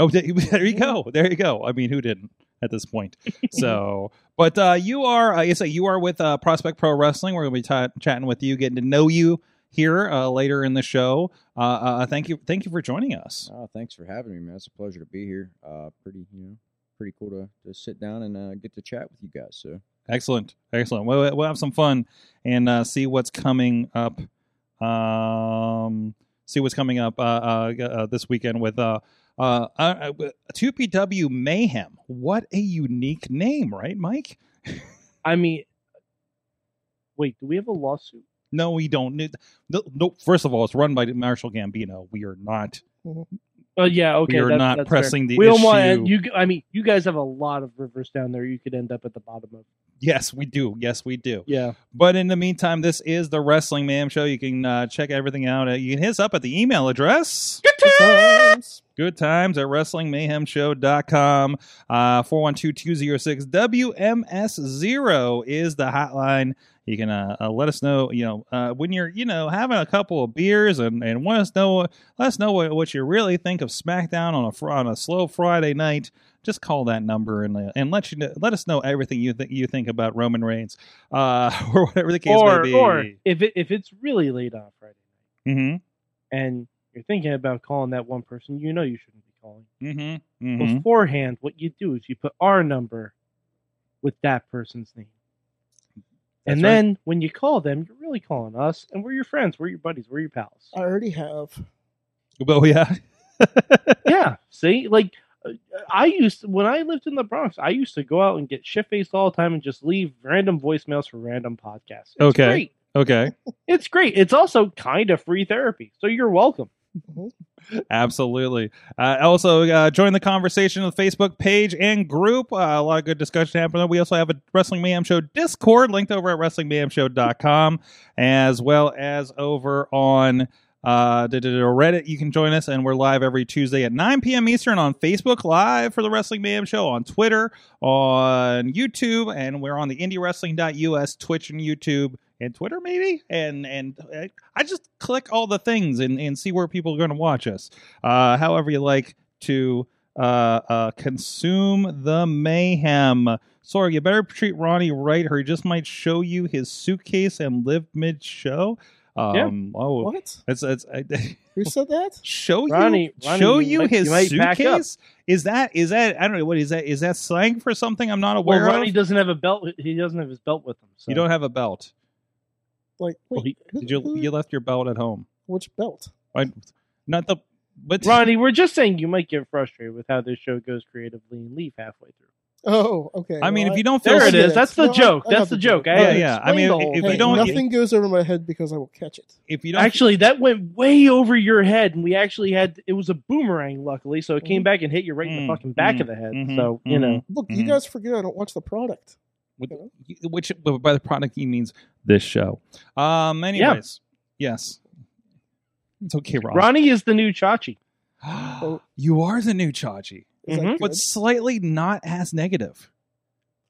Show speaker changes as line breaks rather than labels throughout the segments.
oh, there you go. There you go. I mean, who didn't at this point? So, but uh, you are. I guess uh, you are with uh, Prospect Pro Wrestling. We're going to be t- chatting with you, getting to know you here uh, later in the show. Uh, uh, thank you. Thank you for joining us.
Oh, thanks for having me, man. It's a pleasure to be here. Uh, pretty, you know, pretty cool to, to sit down and uh, get to chat with you guys. So,
Excellent. Excellent. We'll, we'll have some fun and uh, see what's coming up. Um, see what's coming up uh, uh, uh, this weekend with uh, uh, uh, 2PW Mayhem. What a unique name, right, Mike?
I mean, wait, do we have a lawsuit?
No, we don't. need- No, no, first of all, it's run by Marshall Gambino. We are not.
Oh, yeah. Okay.
we are
that's-
not
that's fair.
pressing the
We
issue.
don't want you. I mean, you guys have a lot of rivers down there. You could end up at the bottom of.
yes, we do. Yes, we do.
Yeah.
But in the meantime, this is the Wrestling Mayhem Show. You can uh, check everything out. Uh, you can hit us up at the email address.
Sometimes.
Good times at WrestlingMayhemShow.com. Uh, 412-206-WMS0 is the hotline. You can uh, uh, let us know, you know, uh, when you're, you know, having a couple of beers and, and want us know, let us know what, what you really think of SmackDown on a fr- on a slow Friday night. Just call that number and uh, and let you know, let us know everything you think you think about Roman Reigns uh, or whatever the case
Or,
may be.
or if, it, if it's really late on Friday
Mhm.
night and you're thinking about calling that one person you know you shouldn't be calling.
Mm-hmm. Mm-hmm.
Beforehand, what you do is you put our number with that person's name.
That's
and
right.
then when you call them, you're really calling us, and we're your friends, we're your buddies, we're your pals.
I already have.
Well, yeah.
yeah, see, like uh, I used to, when I lived in the Bronx, I used to go out and get shit faced all the time and just leave random voicemails for random podcasts. It's
Okay.
great.
okay.
it's great. It's also kind of free therapy, so you're welcome.
Absolutely. Uh, also, uh, join the conversation on the Facebook page and group. Uh, a lot of good discussion happening. We also have a Wrestling Mayhem Show Discord linked over at WrestlingMayhemShow.com, as well as over on uh, da- da- da- Reddit. You can join us, and we're live every Tuesday at 9 p.m. Eastern on Facebook Live for the Wrestling Mayhem Show, on Twitter, on YouTube, and we're on the IndieWrestling.us Twitch and YouTube. And Twitter, maybe, and and uh, I just click all the things and, and see where people are going to watch us uh, however you like to uh, uh, consume the mayhem. Sorry, you better treat Ronnie right, or he just might show you his suitcase and live mid show. Um, Oh,
What?
it's it's I,
Who said that?
show
Ronnie-
you
Ronnie,
show
you
you
might-
his
you might back up.
suitcase. Is that is that I don't know what is that is that slang for something I'm not aware
well, Ronnie
of.
doesn't have a belt. He doesn't have his belt with him. So.
You don't have a belt.
Like,
Well,
wait, who-
Did you
who-
you left your belt at home?
which belt?
I, not the but
Ronnie, we're just saying you might get frustrated with how this show goes creatively and leave halfway through.
Oh, okay.
I mean,
well,
if you don't feel
There it
I-
is. That's the
No, I-
joke.
I
That's
got
the joke. I
No,
Yeah,
had to
yeah. I
explain
mean,
the whole
if you
hey,
thing.
don't-
nothing goes over my head because I will catch it.
if you don't
Actually, that went way over your head, and we actually had it was a boomerang, luckily, so it came
Mhm.
back and hit you right in
Mm,
the fucking back
mm,
of the head.
mhm,
so you know,
Look, you
Mhm.
guys forget I don't watch the product.
With- which by the product he means this show. Um. Anyways, yes, it's okay, Ron.
Ronnie is the new Chachi.
you are the new Chachi,
Mhm.
Is that good?
Mm-hmm. but slightly not as negative.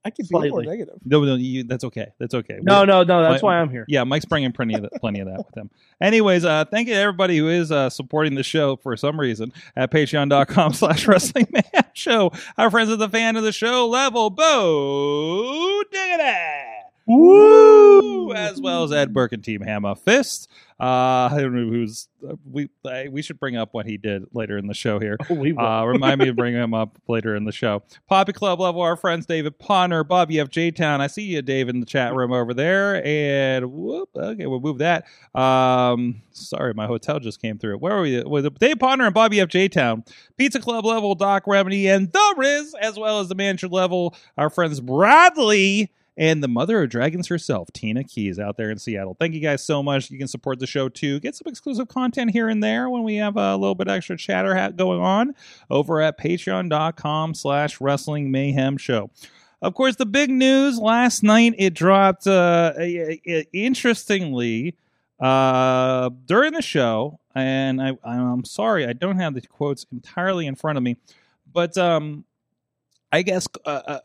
I could be more
Slightly.
negative.
No, no, you, that's okay. That's okay.
No, no, no. That's
Wait.
why I'm here.
Yeah, Mike's bringing plenty of that, plenty of that with him. Anyways, uh, thank you to everybody who is uh, supporting the show for some reason at patreon.com slash wrestling man show. Our friends at the fan of the show level, Bo Diggity. Woo! As well as Ed Burke and Team Hammer Fist. Uh, I don't know who's uh, we. I, we should bring up what he did later in the show here.
Oh, we will.
Uh, remind me to bring him up later in the show. Poppy Club level, our friends David Ponder, Bobby F. J Town. I see you, Dave, in the chat room over there. And whoop, okay, we'll move that. Um, sorry, my hotel just came through. Where are we? With Dave Ponder and Bobby F. J Town. Pizza Club level, Doc Remedy and The Riz, as well as the manager level, our friends Bradley. And the mother of dragons herself, Tina Keys, out there in Seattle. Thank you guys so much. You can support the show too. Get some exclusive content here and there when we have a little bit extra chatter hat going on over at patreon.com slash wrestling mayhem show of course the big news last night it dropped uh, i- i- interestingly uh, during the show and I, i'm sorry i don't have the quotes entirely in front of me but um, i guess uh, uh,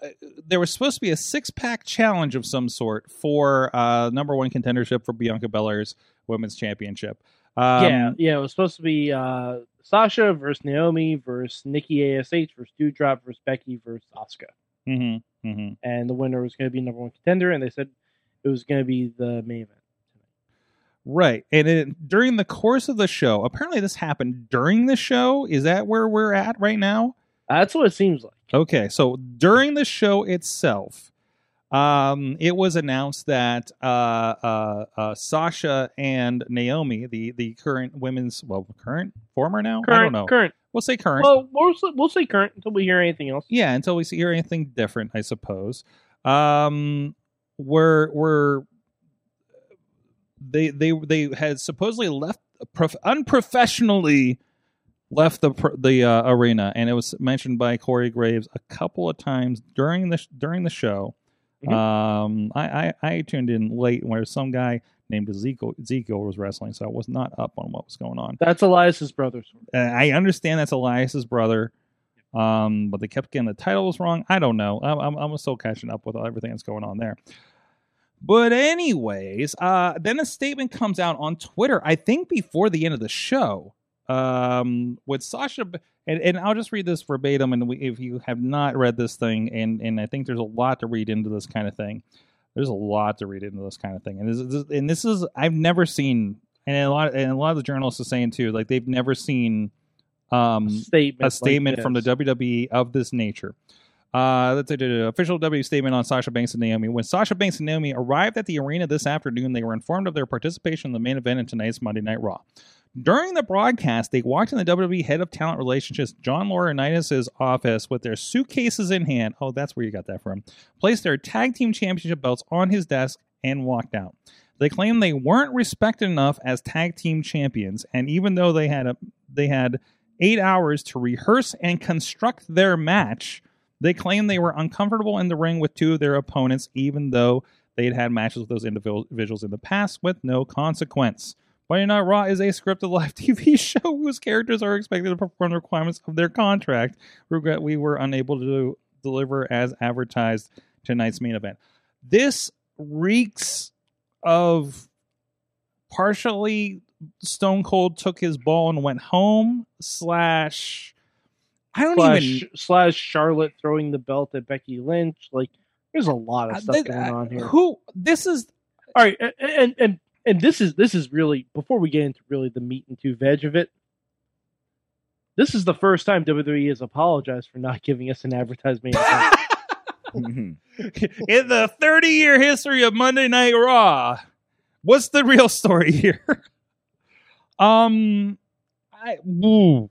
there was supposed to be a six-pack challenge of some sort for uh, number one contendership for bianca belair's women's championship um,
yeah, yeah. It was supposed to be uh, Sasha versus Naomi versus Nikki Ash versus Dewdrop versus Becky versus Asuka,
mhm, mhm.
and the winner was going to be number one contender, and they said it was going to be the main event.
Right. And it, during the course of the show, apparently this happened during the show. Is that where we're at right now?
That's what it seems like.
Okay. So during the show itself, um, it was announced that uh, uh, uh, Sasha and Naomi, the, the current women's, well, current, former now? I don't
Current,
know.
current.
We'll say current.
Well, we'll s- we'll say current until we hear anything else.
yeah until we see hear anything different i suppose um we're we're they they they had supposedly left prof- unprofessionally left the pr- the uh, arena and it was mentioned by corey graves a couple of times during the sh- during the show
Mhm.
um I, I i tuned in late where some guy named ezekiel ezekiel was wrestling so i was not up on what was going on
That's Elias's brother.
uh, I understand that's Elias's brother, um, but they kept getting the titles wrong. I don't know. I'm, I'm, I'm still catching up with everything that's going on there. But anyways, uh, then a statement comes out on Twitter. I think before the end of the show, um, with Sasha, B- and, and I'll just read this verbatim. And we, if you have not read this thing, and and I think there's a lot to read into this kind of thing. There's a lot to read into this kind of thing, and this, is- this, and this is I've never seen, and a lot and a lot of the journalists are saying too, like they've never seen um,
statement.
a
like
statement from the
this.
WWE of this nature. Uh, let's say the official W E statement on Sasha Banks and Naomi. When Sasha Banks and Naomi arrived at the arena this afternoon, they were informed of their participation in the main event in tonight's Monday Night Raw. During the broadcast, they walked in the WWE head of talent relationships, John Laurinaitis' office, with their suitcases in hand. Oh, that's where you got that from. Placed their tag team championship belts on his desk and walked out. They claimed they weren't respected enough as tag team champions, and even though they had a, they had eight hours to rehearse and construct their match. They claim they were uncomfortable in the ring with two of their opponents, even though they'd had matches with those individuals in the past with no consequence. Monday Night Raw is a scripted live TV show whose characters are expected to perform the requirements of their contract. Regret we were unable to deliver as advertised tonight's main event. This reeks of partially Stone Cold took his ball and went home. Slash, I don't
slash,
even.
slash Charlotte throwing the belt at Becky Lynch. Like, there's a lot of
I-
stuff
th-
going on here.
Uh, Who? This is
All right, a- and and and this is this is really before we get into really the meat and two veg of it. This is the first time WWE has apologized for not giving us an advertisement.
Mhm.
in the 30 year history of Monday Night Raw. What's the real story here? um, I, woo.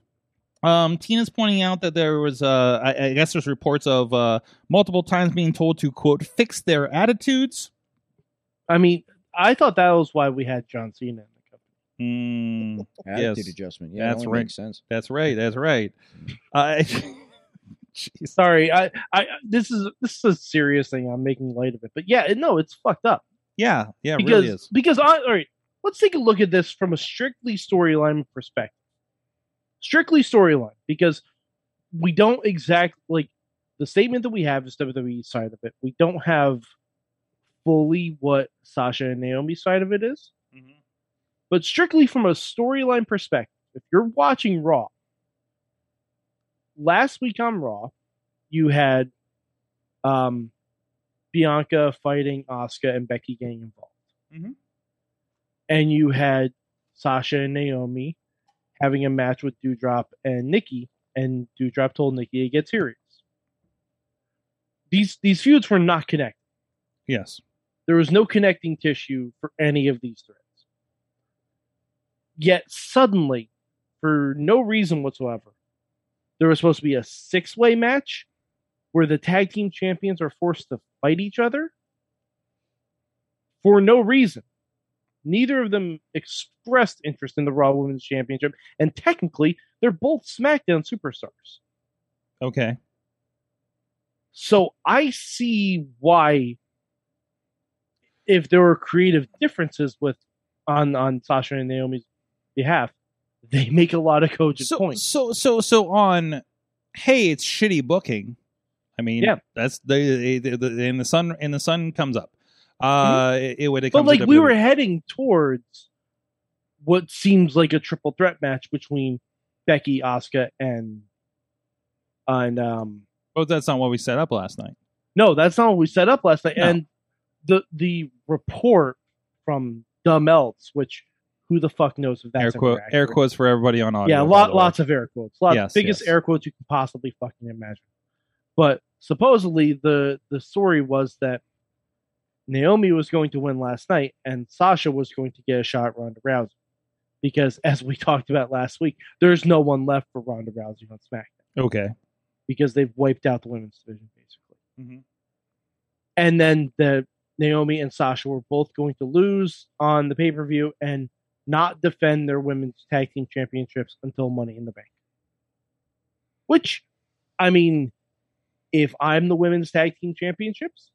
um, Tina's pointing out that there was, uh, I, I guess there's reports of uh, multiple times being told to quote fix their attitudes.
I mean, I thought that was why we had John Cena in the company.
Mm,
Attitude
Yes.
adjustment. Yeah,
That's right.
that only makes sense.
that's right. That's right. Uh, jeez.
Sorry, I, I this is this is a serious thing. I'm making light of it, but yeah, it- no, it's fucked up
Yeah, yeah, it
because
really is.
because I, all right, let's take a look at this from a strictly storyline perspective. Strictly storyline because we don't exactly like the statement that we have is WWE side of it. We don't have fully what Sasha and Naomi's side of it is.
Mm-hmm.
But strictly from a storyline perspective, if you're watching Raw, last week on Raw, you had um, Bianca fighting Asuka and Becky getting involved.
Mhm.
And you had Sasha and Naomi having a match with Dewdrop and Nikki, and Dewdrop told Nikki to get serious. These these feuds were not connected
Yes.
there was no connecting tissue for any of these threads. Yet suddenly, for no reason whatsoever, there was supposed to be a six way match where the tag team champions are forced to fight each other for no reason. Neither of them expressed interest in the Raw Women's Championship, and technically, they're both SmackDown superstars.
Okay.
So I see why if there were creative differences with on on Sasha and Naomi's behalf, they make a lot of coaches
so,
points.
So so so on. Hey, it's shitty booking. I mean,
Yeah.
that's the, the, the and the sun and the sun comes up. Uh, it, it when it
Mm-hmm. But
comes.
like
to
we
WWE.
were heading towards what seems like a triple threat match between Becky, Asuka, and and um
oh, that's not what we set up last night.
No, that's not what we set up last night.
No.
And the the report from Dumb Else, which who the fuck knows if that's
air
ever
quote, air
accurate.
quotes for everybody on audio.
yeah,
by
lot,
the way.
lots of air quotes. Lots,
Yes,
biggest
yes.
air quotes you can possibly fucking imagine. But supposedly the the story was that Naomi was going to win last night, and Sasha was going to get a shot at Ronda Rousey because, as we talked about last week, there's no one left for Ronda Rousey on SmackDown
Okay.
because they've wiped out the women's division basically.
Mhm.
And then the Naomi and Sasha were both going to lose on the pay per view and not defend their women's tag team championships until Money in the Bank. Which, I mean, if I'm the women's tag team championships,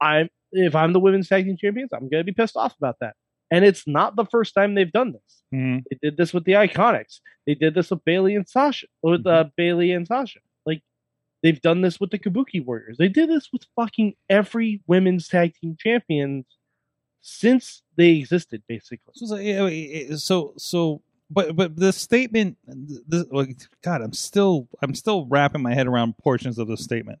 I'm if I'm the women's tag team champions, I'm gonna be pissed off about that. And it's not the first time they've done this.
Mhm.
They did this with the Iconics. They did this with Bailey and Sasha. With
Mm-hmm.
uh, Bailey and Sasha, like they've done this with the Kabuki Warriors. They did this with fucking every women's tag team champions since they existed, basically.
So, so yeah, it- it- so so but but the statement this, like, god i'm still i'm still wrapping my head around portions of the statement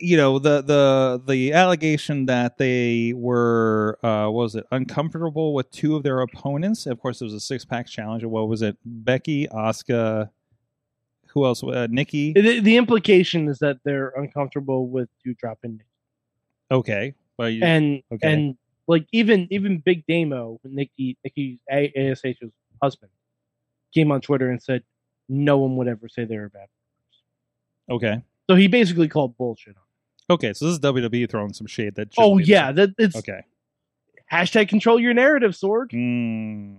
you know the the the allegation that they were uh, what was it uncomfortable with two of their opponents. Of course, it was a six pack challenge. What was it? Becky, Oscar, who else? Uh, Nikki.
The, the implication is that they're uncomfortable with you dropping Nikki.
Okay, well, you,
and
okay.
and like even even Big Damo, Nikki Nikki A- ASH's husband, came on Twitter and said no one would ever say they were bad.
okay,
So he basically called bullshit. on it.
okay. So this is WWE throwing some shade that. shouldn't
Oh
be
yeah,
there.
that it's
Okay.
hashtag control your narrative, sword.
Mm.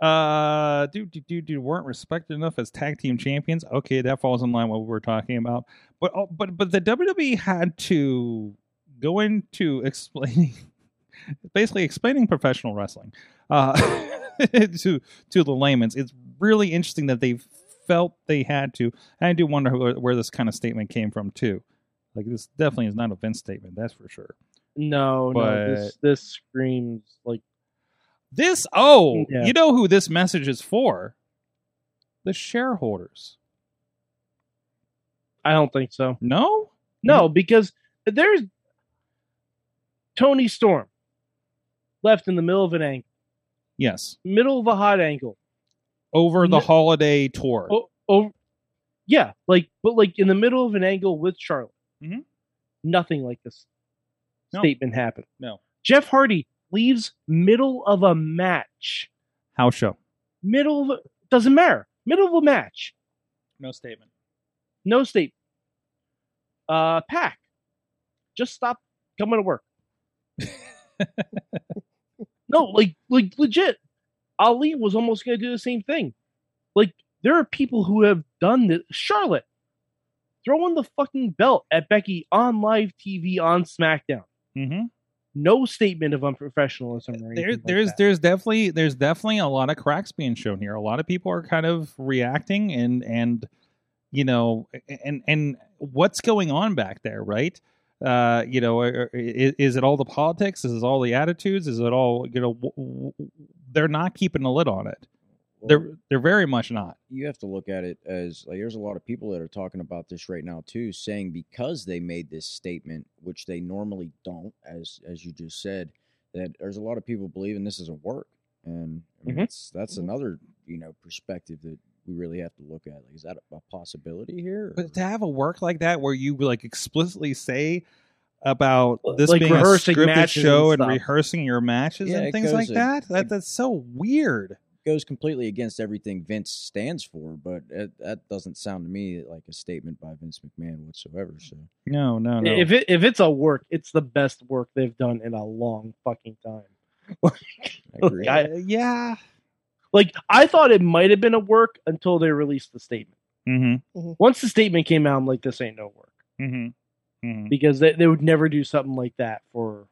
Uh, dude, dude, dude, dude, weren't respected enough as tag team champions. Okay, that falls in line with what we were talking about. But oh, but but the WWE had to go into explaining, basically explaining professional wrestling uh, to to the layman's. It's really interesting that they felt they had to. And I do wonder who, where this kind of statement came from too. Like this definitely is not a Vince statement, that's for sure.
No,
But-
no, this this screams like
This oh,
Yeah.
you know who this message is for? The shareholders.
I don't think so.
No?
No, because there's Tony Storm left in the middle of an angle,
Yes.
middle of a hot angle.
Over the
No.
holiday tour.
Oh, oh, yeah, like but like in the middle of an angle with Charlotte.
Mhm.
Nothing like this
No.
statement happened.
No.
Jeff Hardy leaves middle of a match.
House show.
Middle of a- doesn't matter. Middle of a match.
No statement.
No statement. Uh, pack. Just stop coming to work. no, like like legit. Ali was almost going to do the same thing. Like there are people who have done this. Charlotte throwing the fucking belt at Becky on live TV on SmackDown.
Mm-hmm.
No statement of unprofessionalism. Or anything
There,
like
there's
that.
there's definitely there's definitely a lot of cracks being shown here. A lot of people are kind of reacting and and you know and and what's going on back there, right? Uh, you know, i- i- is it all the politics? Is it all the attitudes? Is it all you know? W- w- they're not keeping a lid on it.
Well,
They're they're very much not.
you have to look at it as like there's a lot of people that are talking about this right now too, saying because they made this statement, which they normally don't, as as you just said, that there's a lot of people believing this is a work, and I
Mm-hmm.
mean,
Mhm.
that's that's another you know perspective that we really have to look at. Like, is that a possibility here?
But to have a work like that where you like explicitly say about this
Like
being a
rehearsing
scripted
matches
show
and
and,
stuff.
rehearsing your matches
Yeah,
and
it
things
goes
like
in-
that, that that's so weird.
goes completely against everything Vince stands for, but it, that doesn't sound to me like a statement by Vince McMahon whatsoever. So
No, no, no.
If it if it's a work, it's the best work they've done in a long fucking time.
I agree.
I-
Uh, yeah.
Like I thought it might have been a work until they released the statement.
Mm-hmm.
Once the statement came out, I'm like, this ain't no work
Mm-hmm. Mm-hmm.
because they, they would never do something like that for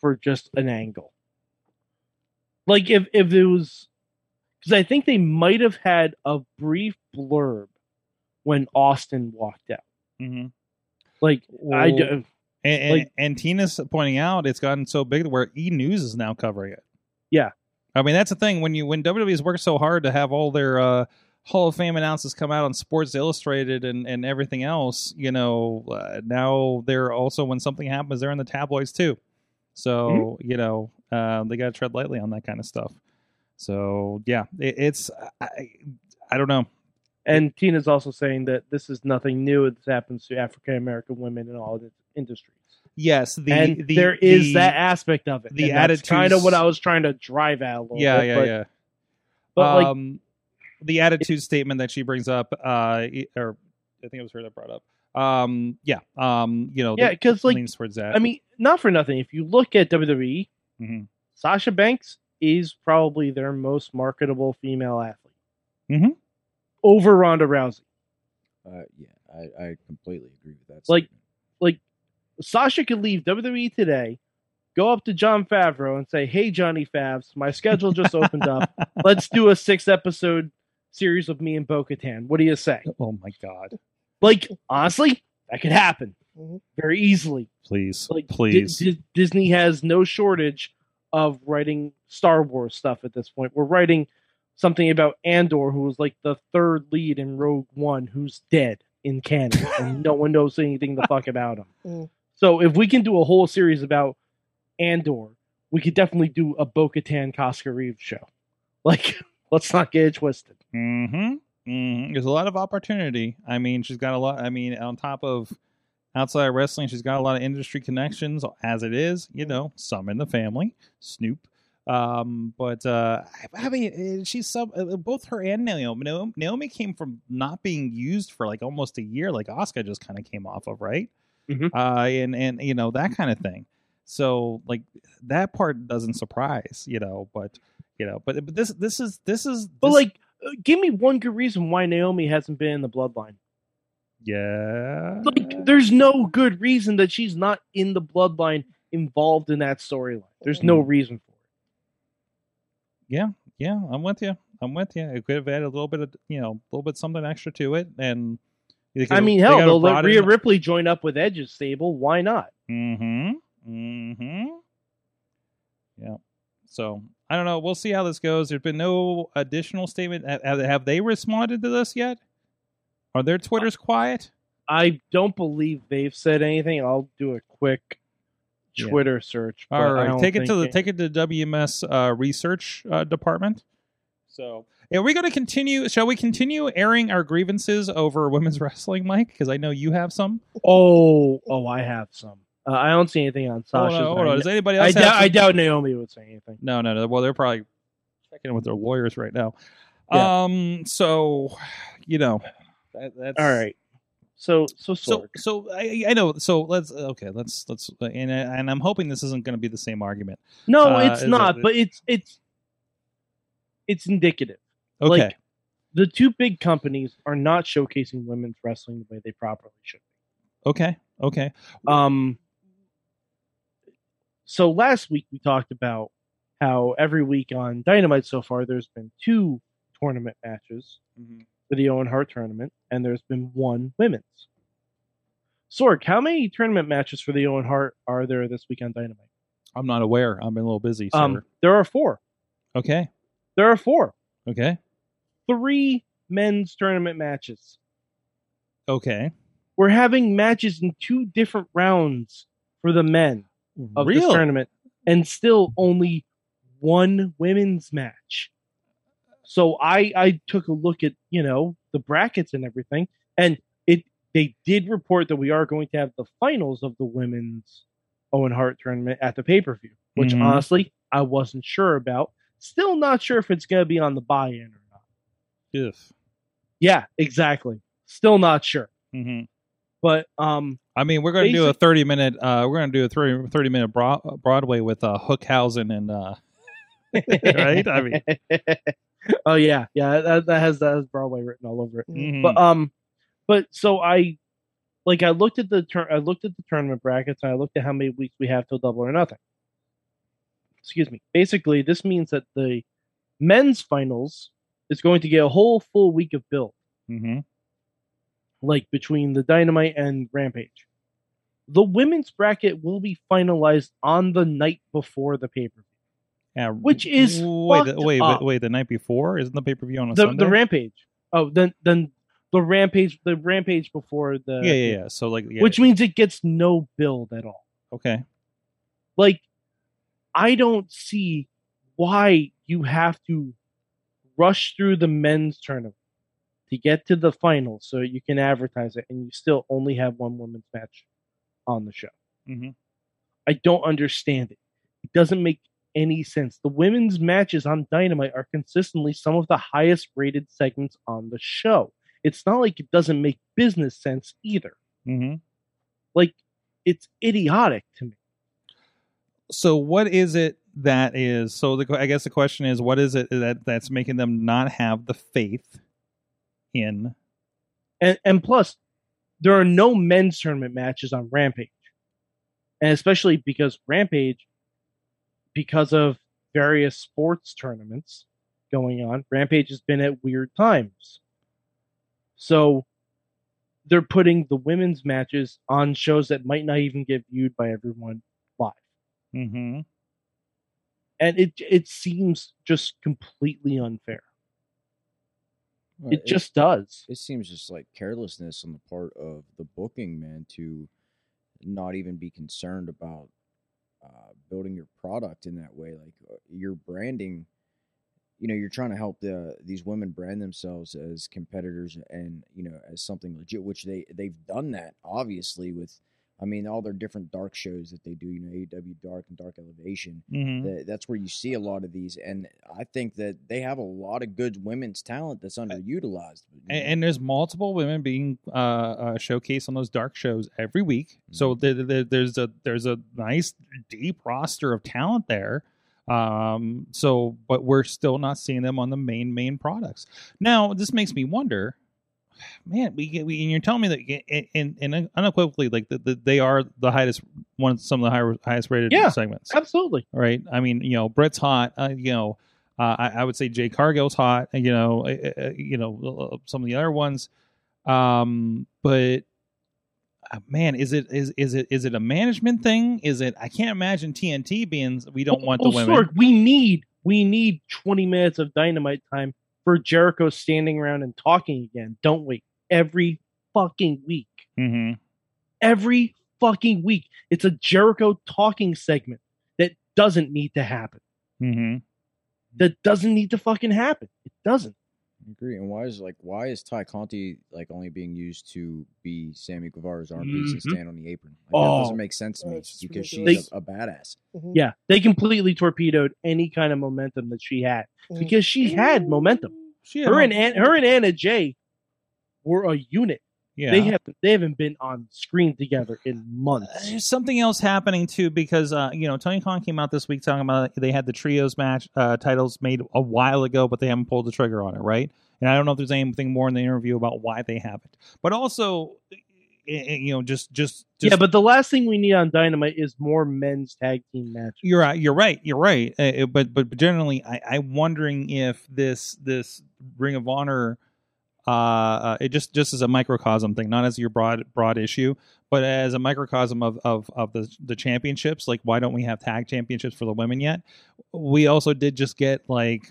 for just an angle. Like if if it was because I think they might have had a brief blurb when Austin walked out.
Mm-hmm.
Like I
Well,
do,
And, and,
like-
and Tina's pointing out it's gotten so big where E News is now covering it.
Yeah.
I mean that's the thing when you when WWE's worked so hard to have all their uh, Hall of Fame announcements come out on Sports Illustrated and and everything else, you know, uh, now they're also when something happens they're in the tabloids too. So
Mm-hmm.
you know uh, they got to tread lightly on that kind of stuff. So yeah, it, it's I, I don't know.
and Tina's also saying that this is nothing new. This happens to African American women in all the industries.
Yes, the
and
the,
there is
the-
that aspect of it.
the
and that's kind of
attitudes-
what I was trying to drive at a little
Yeah,
bit.
yeah,
but,
yeah.
but like,
um, the attitude statement that she brings up, uh, e- or I think it was her that brought up. Um, yeah, um, you know,
Yeah,
that
'cause, like,
leans towards that.
I mean, not for nothing. If you look at WWE,
Mhm.
Sasha Banks is probably their most marketable female athlete,
Mhm.
over Ronda Rousey.
uh, yeah, I, I completely agree with that.
Like-
statement.
Sasha could leave WWE today, go up to John Favreau and say, "Hey, Johnny Favs, my schedule just opened up. Let's do a six episode series of me and Bo Katan. What do you say?"
oh my god,
Like, honestly, that could happen
Mhm.
very easily.
please,
like Di-
please,
Di- Disney has no shortage of writing Star Wars stuff at this point. We're writing something about Andor, who was like the third lead in Rogue One, who's dead. in canon, and no one knows anything the fuck about him.
Mm.
So if we can do a whole series about Andor, we could definitely do a Bo-Katan Cosca Reeves show. Like, let's not get it twisted.
hmm hmm There's a lot of opportunity. I mean, she's got a lot. I mean, on top of outside of wrestling, she's got a lot of industry connections as it is. You know, some in the family, Snoop. Um, but uh, I, I mean, eh, she's some eh, both her and Naomi. Naomi- Naomi came from not being used for like almost a year, like Oscar just kind of came off of, right?
Mhm.
Uh, and and you know that kind of thing. So like that part doesn't surprise, you know. But you know, but but this this is this is
But
this-
like, uh, give me one good reason why Naomi hasn't been in the bloodline.
Yeah.
Like, there's no good reason that she's not in the bloodline involved in that storyline. There's
Mm.
no reason for it.
yeah, I'm with you. I'm with you. It could have added a little bit of, you know, a little bit something extra to it. And they could
I
have-
mean,
they
hell,
could have
they'll let
brought
Rhea
in-
Ripley join up with Edge's stable. Why not?
Mm-hmm. hmm Yeah. So I don't know. We'll see how this goes. There's been no additional statement. Ha- Have, have they responded to this yet? Are their Twitters quiet?
I don't believe they've said anything. I'll do a quick
Yeah.
Twitter search. but
All
I
right,
don't
take it
think
to the take it to the WMS uh, research uh, department. So, are we going to continue? Shall we continue airing our grievances over women's wrestling, Mike? Because I know you have some.
Oh, oh, I have some. Uh, I don't see anything on
hold
Sasha's.
on, hold
I,
on. Does anybody
I
else? have
doubt, I
some-
doubt Naomi would say anything.
No, no, no. Well, they're probably checking in with their lawyers right now. Um. So, you know, that, that's
All right. So, so,
So,
so
so I, I know. So let's okay. Let's let's and and I'm hoping this isn't going to be the same argument.
no,
uh,
it's
is
not.
it-
but it's it's it's indicative.
Okay.
Like, The two big companies are not showcasing women's wrestling the way they properly should.
okay. Okay.
Um, so last week we talked about how every week on Dynamite so far there's been two tournament matches for the Owen Hart tournament, and there's been one women's. Sorg, how many tournament matches for the Owen Hart are there this week on Dynamite?
I'm not aware. I'm a little busy. Sir.
Um, there are four.
okay.
There are four.
Okay.
Three men's tournament matches.
Okay.
We're having matches in two different rounds for the men. of this tournament, and still only one women's match. So I I took a look at you know the brackets and everything, and it they did report that we are going to have the finals of the women's Owen Hart tournament at the pay per view, which
Mhm.
honestly I wasn't sure about. Still not sure if it's going to be on the buy in or not. Yeah, exactly. Still not sure,
hmm
but um,
I mean, we're going to do a
Basic-
30 minute. Uh, we're going to do a 30, 30 minute bro- Broadway with uh, Hookhausen and uh, right. I mean,
oh yeah, yeah, that, that has that has Broadway written all over it.
mhm.
But um, but so I, like I looked at the tur- I looked at the tournament brackets and I looked at how many weeks we have till double or nothing. Excuse me. Basically, this means that the men's finals is going to get a whole full week of build, Mm-hmm.
Mhm.
like between the Dynamite and Rampage. The women's bracket will be finalized on the night before the pay per
Yeah.
which is
wait, the-
fucked
wait,
up.
wait, wait. The night before isn't the pay per view on a
the,
Sunday?
the Rampage. Oh, then then the Rampage the Rampage before the
yeah, yeah, yeah. So like, yeah,
which means it gets no build at all.
okay,
like I don't see why you have to rush through the men's tournament to get to the final so you can advertise it and you still only have one women's match on the show.
Mhm.
I don't understand it. It doesn't make any sense. The women's matches on Dynamite are consistently some of the highest rated segments on the show. It's not like it doesn't make business sense either. Mm-hmm.
hmm
Like it's idiotic to me.
So what is it that is? So the que- I guess the question is, what is it that that's making them not have the faith in?
and and plus there are no men's tournament matches on rampage and especially because rampage because of various sports tournaments going on rampage has been at weird times so they're putting the women's matches on shows that might not even get viewed by everyone live
hmm
Mm-hmm. and it it seems just completely unfair
Well,
It just does.
it seems just like carelessness on the part of the booking man to not even be concerned about uh, building your product in that way like uh, your branding you know you're trying to help the these women brand themselves as competitors and you know as something legit which they they've done that obviously with i mean all their different dark shows that they do you know aw dark and dark elevation
Mm-hmm.
Mhm.
that- that's where you see a lot of these and i think that they have a lot of good women's talent that's underutilized you know.
and, and there's multiple women being uh, uh, showcased on those dark shows every week. So there, there, there's a there's a nice deep roster of talent there. Um, so, but we're still not seeing them on the main main products. Now, this makes me wonder, man. We, get- we and you're telling me that and, and unequivocally, like the, the, they are the highest one, of some of the higher, highest rated
Yeah.
segments
Absolutely.
right? I mean, you know, Brett's hot. Uh, you know, uh, I, I would say Jay Cargill's hot. You know, uh, uh, you know uh, some of the other ones. Um, but uh, man, is it is is it is it a management thing? Is it? I can't imagine TNT being we don't want the
oh,
women.
Sorg, we need we need 20 minutes of dynamite time for Jericho standing around and talking again, don't we? Every fucking week.
Mhm.
Every fucking week. It's a Jericho talking segment that doesn't need to happen.
Mhm.
That doesn't need to fucking happen. It doesn't.
I agree. And why is like why is Ty Conti like only being used to be Sammy Guevara's armpiece and
Mhm.
stand on the apron? Like, that
Oh.
doesn't make sense to
Oh,
me
it's just
because
ridiculous.
she's a, a badass.
Mhm,
Yeah. They completely torpedoed any kind of momentum that she had
mhm.
because she had momentum.
She had
Her
a-
and An- her and Anna Jay were a unit.
yeah.
They have they haven't been on screen together in months.
There's uh, something else happening too because uh, you know Tony Khan came out this week talking about they had the trios match uh, titles made a while ago, but they haven't pulled the trigger on it, right? And I don't know if there's anything more in the interview about why they haven't, but also eh, eh, you know just just, just
yeah, but the last thing we need on Dynamite is more men's tag team matches.
you're right. You're right. You're right. Uh, uh, but but but generally, I, I'm wondering if this this Ring of Honor, uh, uh, it just just as a microcosm thing, not as your broad broad issue, but as a microcosm of of of the the championships. Like, why don't we have tag championships for the women yet? We also did just get like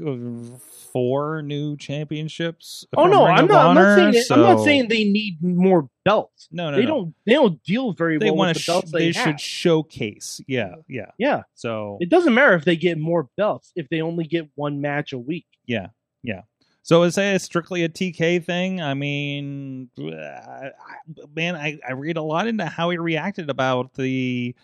four new championships.
Oh
from
no,
Ring
I'm
of
not, I'm
Honor,
not saying that, I'm not
so-
saying they need more belts.
no no
they
no.
don't they don't deal very
They
well
want to.
with the belts they,
they
have.
should showcase. Yeah yeah.
yeah,
So
it doesn't matter if they get more belts if they only get one match a week.
So is it strictly a TK thing? I mean, uh, I, I- man, I, I read a lot into how he reacted about the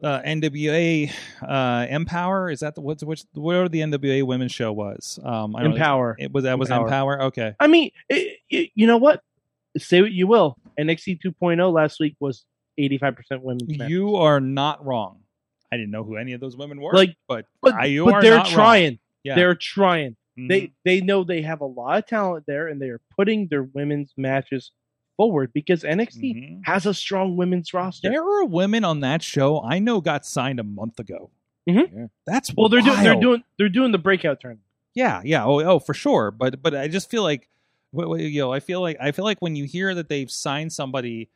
uh, NWA uh, Empower. Is that the what's which whatever the NWA women's show was? Um, I don't know.
Empower.
It was that was
Empower.
Empower. Okay.
I mean, it, it, you know what? Say what you will. NXT 2.0 last week was 85% women's. match.
You are not wrong. I didn't know who any of those women were.
Like,
but
but,
I- you
but
are
they're
not wrong.
trying.
yeah,
They're trying.
Mhm.
they they know they have a lot of talent there and they are putting their women's matches forward because NXT
Mhm.
has a strong women's roster.
There are women on that show I know got signed a month ago.
Mhm.
Yeah.
That's
well, they're doing they're
wild.
doing they're doing the breakout tournament.
Yeah, yeah, oh, oh, for sure. But but I just feel like, wh- wh- you know, I feel like I feel like when you hear that they've signed somebody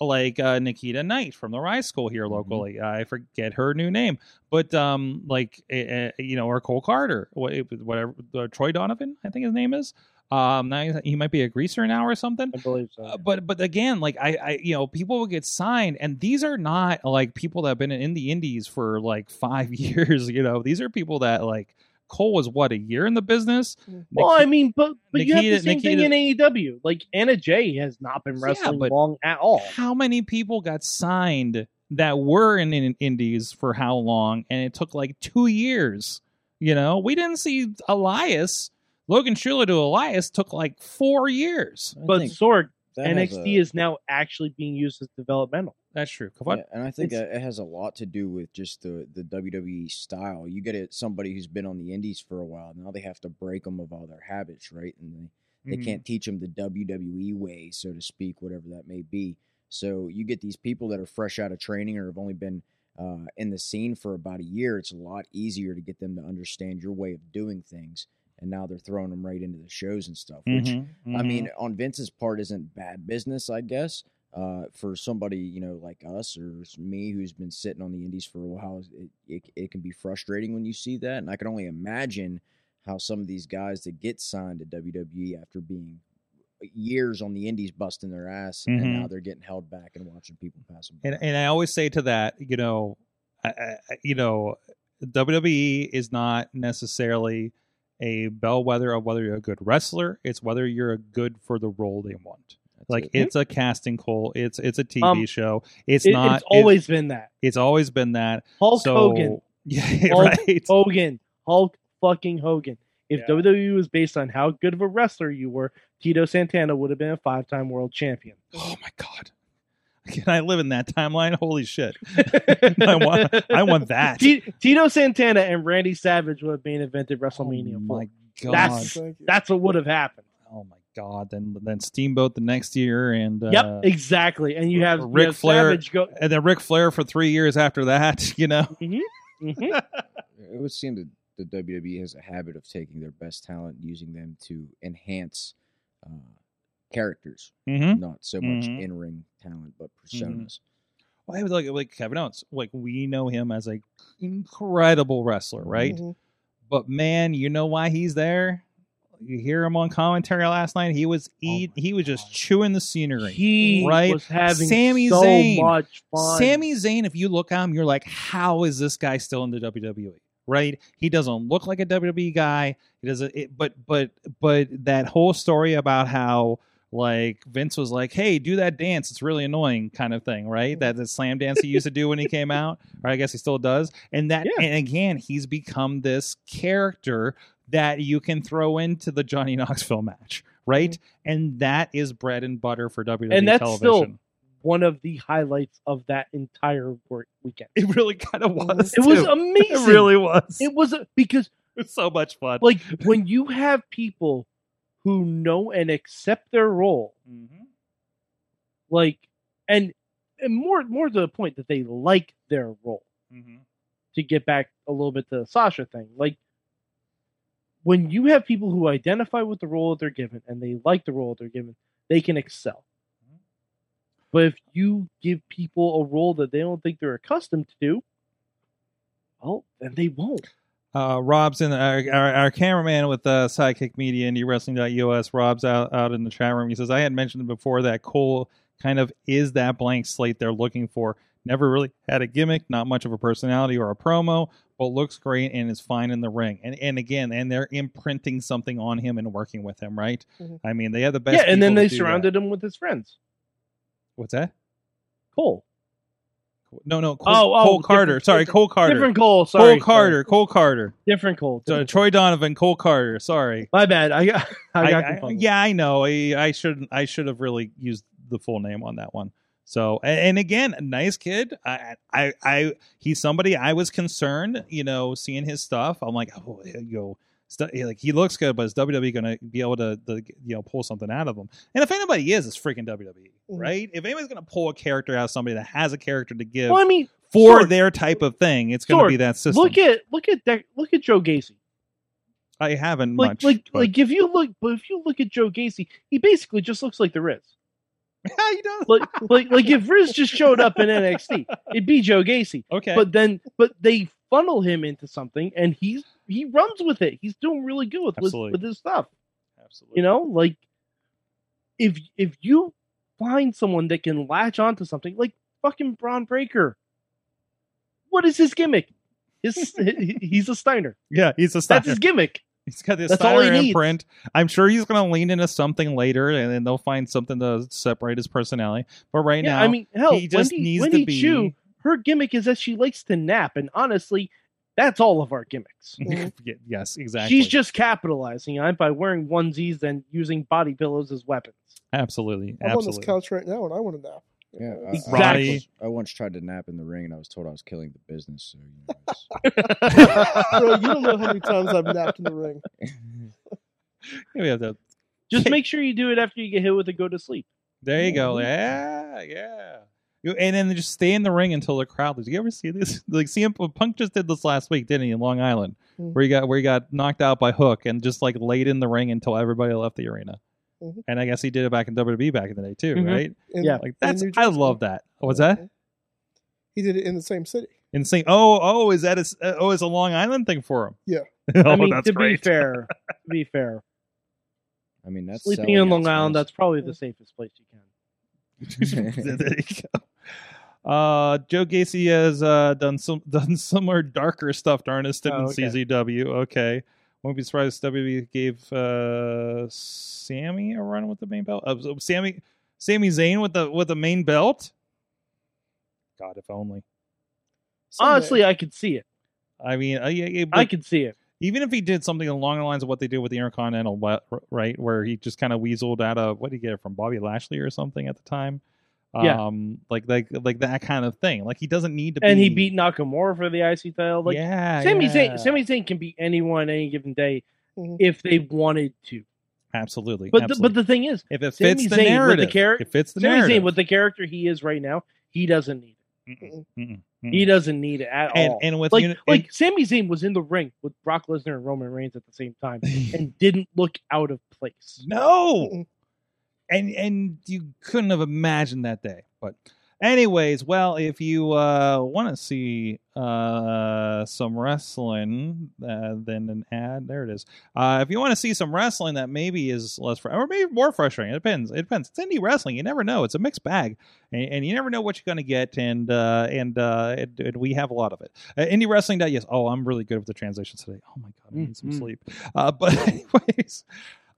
like uh, Nikita Knight from the Rise School here
Mhm.
locally, I forget her new name, but um, like uh, you know, or Cole Carter, wha- whatever, uh, Troy Donovan, I think his name is. Um, now he's- he might be a greaser now or something.
I believe so.
Uh, but but again, like I, I you know, people will get signed, and these are not like people that have been in the indies for like five years. You know, these are people that like Cole was what a year in the business.
Mm.
well, I mean, but but you have
Nikita-
the same
Nikita-
thing in AEW. Like Anna Jay has not been
Yeah,
wrestling
but-
long at all.
how many people got signed that were in, in indies for how long, and it took like two years. You know, we didn't see Elias. Logan Schuler to Elias took like four years.
I
But
think
Sorg,
that has
NXT
a-
is now actually being used as developmental.
That's true.
Yeah, and I think
It's-
that it has a lot to do with just the the WWE style. You get it, somebody who's been on the indies for a while. Now they have to break them of all their habits, right? And they, they
Mm-hmm.
can't teach them the WWE way, so to speak, whatever that may be. So you get these people that are fresh out of training or have only been uh, in the scene for about a year. It's a lot easier to get them to understand your way of doing things, and now they're throwing them right into the shows and stuff. Which
Mm-hmm.
I mean, on Vince's part, isn't bad business, I guess. Uh, for somebody you know like us or s- me who's been sitting on the indies for a while, it, it it can be frustrating when you see that, and I can only imagine how some of these guys that get signed to WWE after being years on the indies busting their ass and
Mhm.
now they're getting held back and watching people pass them by.
and and I always say to that, you know, I, I, I- you know, WWE is not necessarily a bellwether of whether you're a good wrestler. It's whether you're good for the role they want.
That's
Like
it.
it's a casting call. It's it's a TV
Mm-hmm. Um,
show. It's
It-
not.
it's always been that.
It's, always been that.
Hulk
so
Hogan.
yeah,
Hulk
right.
Hogan. Hulk fucking Hogan. If
Yeah.
WWE was based on how good of a wrestler you were, Tito Santana would have been a five time world champion.
Oh my god. Can I live in that timeline? Holy shit! I want, I want that.
T- Tito Santana and Randy Savage would have main evented WrestleMania.
oh
four.
my god!
That's-
Thank you.
That's what would have happened.
oh my god! Then then Steamboat the next year, and uh,
yep, exactly. And you have you
Ric
have
Flair-
Savage go.
and then Ric Flair for three years after that. You know,
Mhm.
it would seem that the WWE has a habit of taking their best talent, and using them to enhance uh, characters,
mm-hmm.
not so much
Mhm.
in ring talent, but personas.
well, I would like like Kevin Owens. Like we know him as a incredible wrestler, right?
Mhm.
But man, you know why he's there? You hear him on commentary last night. He was eat.
my
he was just
God.
chewing the scenery.
He
Right?
was having
Sami
so
Zayn.
much fun.
Sami Zayn, if you look at him, you're like, how is this guy still in the WWE? Right? He doesn't look like a WWE guy. He doesn't. It, but but but that whole story about how like Vince was like, hey, do that dance. It's really annoying, kind of thing. Right? That the slam dance he used to do when he came out. Or I guess he still does. And that
Yeah.
and again, he's become this character that you can throw into the Johnny Knoxville match. Right? And that is bread and butter for WWE
Mm-hmm. And that's
television.
still one of the highlights of that entire work weekend.
It really kind of was.
It was
too.
amazing.
It really was. It
It was because
was so much fun.
like when you have people who know and accept their role, Mm-hmm. like and and more more to the point that they like their role. To get back a little bit to the Sasha thing, like when you have people who identify with the role that they're given and they like the role that they're given, they can excel. But if you give people a role that they don't think they're accustomed to, well, then they won't.
Uh, Rob's in our, our, our cameraman with uh, Sidekick Media, IndieWrestling.us. Rob's out, out in the chat room. He says, I had mentioned before that Cole kind of is that blank slate they're looking for. Never really had a gimmick, not much of a personality or a promo, but looks great and is fine in the ring. And and again, and they're imprinting something on him and working with him, right?
Mhm.
I mean, they have the best.
yeah, and then
people
they
to do that.
surrounded him with his friends.
What's that?
Cole.
No, no. Cole,
Oh, oh,
Cole
different-
Carter. Sorry,
different-
Cole Carter.
Different Cole, sorry.
Cole Carter. Cole Carter.
Sorry. Different Cole.
So,
different Cole.
Troy Donovan. Cole Carter. Sorry.
My bad. I got I got
I- I-
confused.
yeah, I know. I, I shouldn't. I should have really used the full name on that one. So, a- and again, a nice kid. I, I, I, he's somebody I was concerned. You know, seeing his stuff, I'm like, oh, yo, stu- like he looks good, but is WWE going to be able to, the, you know, pull something out of him? And if anybody is, it's freaking WWE,
Mm-hmm.
Mhm.
right? If anybody's going to pull a character out of somebody that has a character to give,
Well, I mean,
for
Sure.
their type of thing, it's going to
Sure.
be that system.
look at look at De- look at Joe Gacy.
I haven't
Like
much.
like
but-
like if you look but if you look at Joe Gacy, he basically just looks like the Riz.
how you doing?
Like like like if Riz just showed up in NXT, it'd be Joe Gacy.
Okay,
But then but they funnel him into something and he's he runs with it. He's doing really good with with,
Absolutely.
with his stuff.
absolutely.
You know, like if if you find someone that can latch onto something, like fucking Braun Breaker, what is his gimmick? His he- he's a Steiner.
yeah, he's a
That's
Steiner.
his gimmick.
he's got this
that's all he
Steiner
needs.
imprint. I'm sure he's going to lean into something later, and then they'll find something to separate his personality. But right
yeah,
now,
I mean, hell,
he just
Wendy,
needs
Wendy
to be.
Chu, her gimmick is that she likes to nap, and honestly, that's all of our gimmicks.
Mhm.
Y- yes, exactly.
She's just capitalizing on it by wearing onesies and using body pillows as weapons.
absolutely,
I'm on this
absolutely.
couch right now and I want to nap.
Yeah,
uh,
I- I,
Exactly.
once- I, once tried to nap in the ring and I was told I was killing the business. So you know, it's-
Bro, you don't know how many times I've napped in the ring.
Yeah, we have to-
Just make sure you do it after you get hit with a go to sleep.
there you
Mm-hmm.
go. Yeah, yeah. You- And then they just stay in the ring until the crowd leaves. You ever see this? Like CM Punk just did this last week, didn't he? In Long Island,
Mm-hmm.
Mhm.
where he got where he got knocked out by Hook and just like laid in the ring until everybody left the arena.
Mm-hmm.
Mhm.
And I guess he did it back in WWE back in the day too,
Mhm.
right?
In-
Yeah.
Like that's
New
I
Jersey.
love that. What's that?
He did it in the same city.
and saying, "Oh, oh, is that a s- uh, oh, is a Long Island thing for him?"
Yeah.
oh,
I mean,
that's
to
great.
be fair, to be fair,
I mean, that's
sleeping
selling
in
it,
Long
so
Island,
it's-
that's probably the safest place you can.
there you go. Uh, Joe Gacy has uh, done some done similar darker stuff to Ernest in
Oh, okay.
CZW. Okay, won't be surprised if WWE gave uh, Sammy a run with the main belt. Uh, so Sammy, Sammy Zayn with the with the main belt. God, if only.
Someday.
Honestly, I could see it.
I mean, uh, yeah, yeah,
I
but
could see it.
even if he did something along the lines of what they did with the Intercontinental, le- right, where he just kind of weaseled out of what did he get it from Bobby Lashley or something at the time.
Yeah.
Um, like like like that kind of thing. Like he doesn't need to.
And
be,
he beat Nakamura for the IC title. Like
yeah,
Sami
yeah.
Zayn, Sami Zayn can beat anyone any given day
Mhm.
if they wanted to.
absolutely.
But the,
absolutely.
but the thing is,
if it
Sami
fits the
Zayn with the
narrative,
char-
it fits the
Sami
narrative.
Zayn with the character he is right now, he doesn't need it.
Mm-mm.
He doesn't need it
Mm.
at
and
all.
and with
like
uni-
like Sami Zayn was in the ring with Brock Lesnar and Roman Reigns at the same time
and-
and didn't look out of place.
no,
Mm-mm.
and and you couldn't have imagined that day. But anyways, well, if you uh, want to see uh, some wrestling, uh, then an ad there it is. Uh, if you want to see some wrestling that maybe is less fr- or maybe more frustrating, it depends. It depends. It's indie wrestling. You never know. It's a mixed bag, and, and you never know what you're going to get. And uh, and, uh, and and we have a lot of it. Uh, indie wrestling. Yes. Oh, I'm really good with the translations today. Oh my god, I need some
Mhm.
sleep. Uh, but anyways.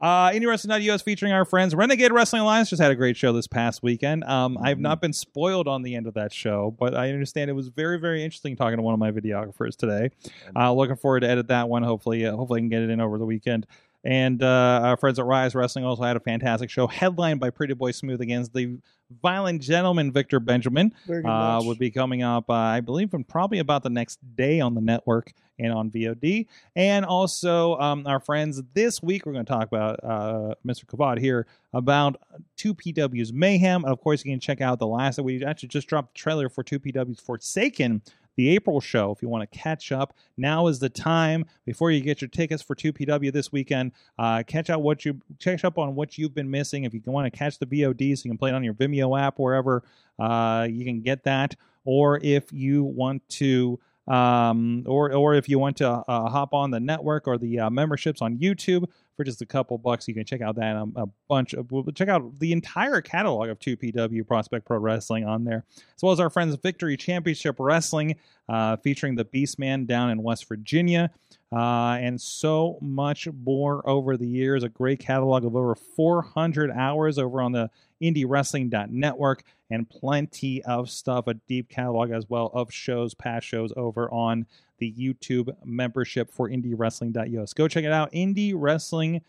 Uh, IndieWrestling.us featuring our friends Renegade Wrestling Alliance just had a great show this past weekend. Um, I've not been spoiled on the end of that show, but I understand it was very, very interesting talking to one of my videographers today. Uh, looking forward to edit that one. Hopefully, uh, hopefully I can get it in over the weekend. And uh, our friends at Rise Wrestling also had a fantastic show, headlined by Pretty Boy Smooth against the Violent Gentleman Victor Benjamin
Very good
uh,
match.
would be coming up, uh, I believe, in probably about the next day on the network and on VOD. And also, um, our friends this week, we're going to talk about uh, Mr. Kavad here about 2PW's Mayhem. And of course, you can check out the last that we actually just dropped the trailer for 2PW's Forsaken. The April show, if you want to catch up, now is the time before you get your tickets for 2PW this weekend. Uh, catch out what you catch up on what you've been missing. If you want to catch the VODs, you can play it on your Vimeo app, wherever uh, you can get that or if you want to um, or or if you want to uh, hop on the network or the uh, memberships on YouTube for just a couple bucks, you can check out that um, a bunch of well, check out the entire catalog of 2PW Prospect Pro Wrestling on there, as well as our friends Victory Championship Wrestling, uh, featuring the Beastman down in West Virginia, uh, and so much more over the years. A great catalog of over 400 hours over on the IndieWrestling.network and plenty of stuff, a deep catalog as well of shows, past shows over on the YouTube membership for IndieWrestling.us. Go check it out, IndieWrestling.us.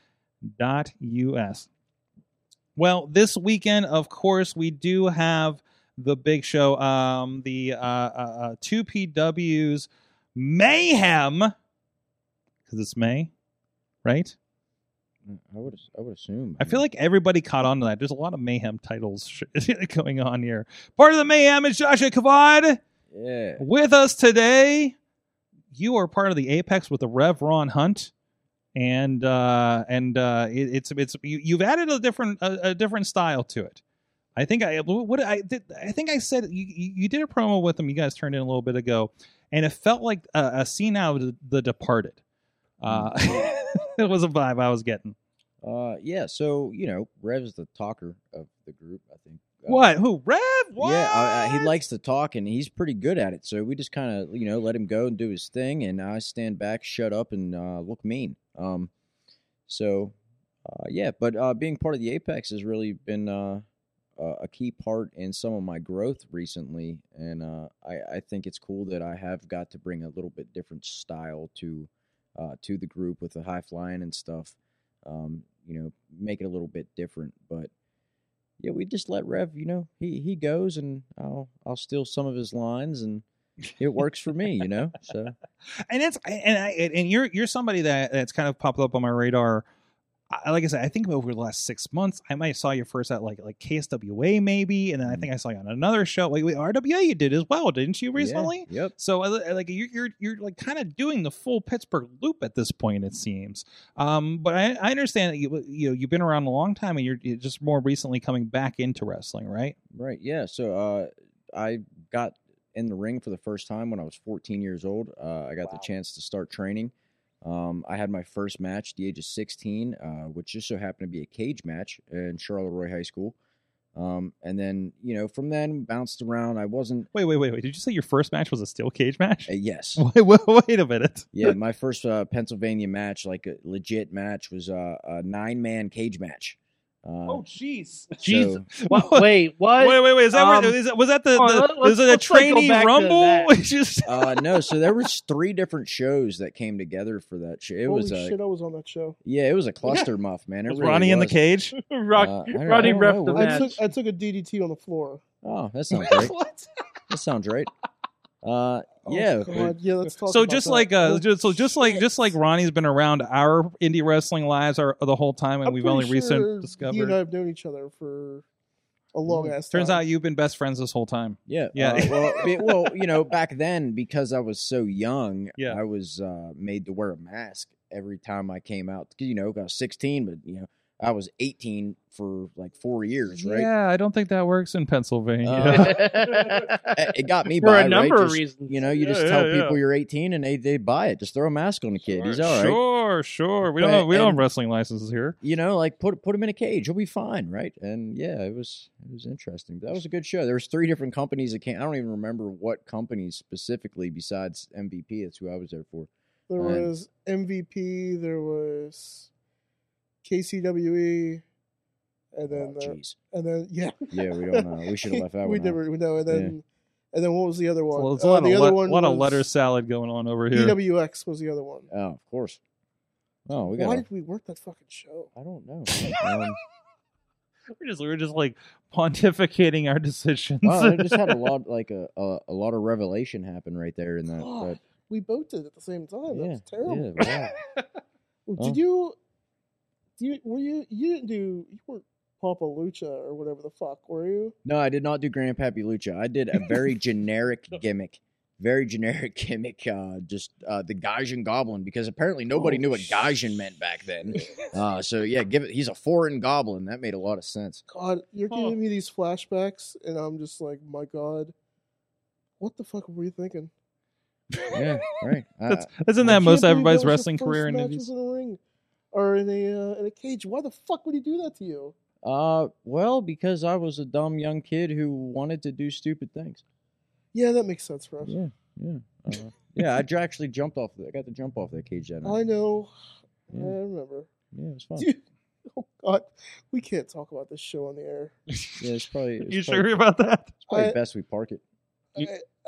Well, this weekend, of course, we do have the big show, um, the uh, uh, uh, 2PW's Mayhem, because it's May, right?
I would I would assume.
I feel like everybody caught on to that. There's a lot of mayhem titles sh- going on here. Part of the mayhem is Joshua Kavad
yeah.
with us today. You are part of the Apex with the Rev Ron Hunt, and uh, and uh, it, it's it's you, you've added a different a, a different style to it. I think I what I did. I think I said you, you you did a promo with them. You guys turned in a little bit ago, and it felt like a, a scene out of The Departed. Uh, it was a vibe I was getting.
Uh, yeah. So you know, Rev's the talker of the group. I think. Uh,
What? Who? Rev? What?
Yeah, I, I, he likes to talk, and he's pretty good at it. So we just kind of, you know, let him go and do his thing, and I stand back, shut up, and uh, look mean. Um, so, uh, yeah, but uh, being part of the Apex has really been uh, uh, a key part in some of my growth recently, and uh, I, I think it's cool that I have got to bring a little bit different style to uh, to the group with the high flying and stuff. Um, you know, make it a little bit different, but yeah, we just let Rev, you know, he he goes and I'll I'll steal some of his lines and it works for me, you know. So
and it's and I and you're you're somebody that that's kind of popped up on my radar. I, like I said, I think over the last six months, I might have saw you first at like like KSWA maybe, and then I think I saw you on another show. Like we- RWA, you did as well, didn't you
Mm. yeah,
recently?
yep.
So uh, like you're you're you're like kind of doing the full Pittsburgh loop at this point, it seems. Um, but I, I understand that you you know you've been around a long time, and you're, you're just more recently coming back into wrestling, right?
Right. Yeah. So uh I got in the ring for the first time when I was 14 years old. Uh, I got the chance to start training. Um, I had my first match at the age of 16, uh, which just so happened to be a cage match in Charleroi High School. Um, and then, you know, from then bounced around. I wasn't.
Wait, wait, wait, wait. Did you say your first match was a steel cage match?
Uh, yes.
Wait, wait, wait a minute.
Yeah, my first uh, Pennsylvania match, like a legit match, was uh, a nine man cage match. Uh,
Oh, jeez.
Jesus.
so-
What, wait, what?
Wait, wait, wait. Is that
Um,
where, is that, was that the,
hold on,
the
let-
was it a
let's- let's, like, go
trainee
back to
rumble?
that.
It's just
uh, no, so there was three different shows that came together for that show. It
Holy
uh,
was a
shit, I was on that show.
yeah, it was a cluster muff, man. It
was
really
Ronnie in the
was.
cage.
Rock,
Uh, I don't- I
Roddy
don't know
ref the
where-
I
match.
took, I took a DDT on the floor.
Oh, that sounds great.
what?
that sounds right. Uh,
Oh,
yeah, but-
God. yeah. Let's talk.
So
about
just
that.
like uh,
Well,
just, so just like just like Ronnie's been around our indie wrestling lives are the whole time, and
I'm
we've
pretty
only
sure
recent
He
discovered. Mm,
and I have known each other for a long ass.
Turns
time.
out you've been best friends this whole time.
Yeah.
Yeah.
uh, well, I mean, well, you know, back then because I was so young,
Yeah.
I was uh, made to wear a mask every time I came out. 'Cause, You know, I was 16, but you know, I was 18 for like four years, right?
Yeah, I don't think that works in Pennsylvania.
Uh,
Uh,
It- It got me
For
by
a number
right?
of
Just,
reasons.
You know, you
Yeah,
just tell
yeah, yeah.
people you're 18 and they they buy it. Just throw a mask on the kid. He's all right.
Sure, sure. We
But-
don't have, we don't have
and-
wrestling licenses here.
You know, like put put him in a cage. He'll be fine, right? And yeah, it was it was interesting. That was a good show. There was three different companies that came. I don't even remember what companies specifically besides MVP. That's who I was there for.
there
Right.
was MVP, there was KCWE, E, and then
Oh,
uh,
jeez.
and then yeah,
Yeah, we don't know. We should have left that
we
one. out.
never we know. And
Yeah.
then and then what was the other one?
Well, it's a
Uh,
lot,
the
of,
other
le-
one
lot of
was-
letter salad going on over
E
here.
PWX was the other one.
Oh, of course. Oh, we got.
Why did we work that fucking show?
I don't know. Um,
We're just we're just like pontificating our decisions.
wow, I just had a lot, like a, a a lot of revelation happen right there in that.
God,
But
we both did it at the same time.
yeah,
Oh, That's terrible.
yeah, wow.
Well,
Huh?
Did you? Do you? Were you? You didn't do. You weren't Papa Lucha or whatever the fuck were you?
No, I did not do Grandpappy Lucha. I did a very generic gimmick. Very generic gimmick, uh, just uh, the Gaijin Goblin, because apparently nobody
Oh,
knew what Gaijin meant back then. Uh, so yeah, give it. He's a foreign goblin. That made a lot of sense.
God, you're
Oh.
giving me these flashbacks, and I'm just like, my God, what the fuck were you thinking?
Yeah, right.
That's,
I,
isn't
uh, I
that
can't
most
believe
everybody's
that was your
wrestling
first
career in
match
indies?
was in a ring or in a uh, in a cage? Why the fuck would he do that to you?
Uh, well, because I was a dumb young kid who wanted to do stupid things.
Yeah, that makes sense for us.
Yeah, yeah, uh, yeah. I dr- actually jumped off. The, I got to jump off that cage that
I
night.
know.
Yeah.
I remember.
Yeah, it was fun.
Dude, oh God, we can't talk about this show on the air.
Yeah, it's probably. It's
You
probably,
sure about that?
It's probably
I-
best we park it.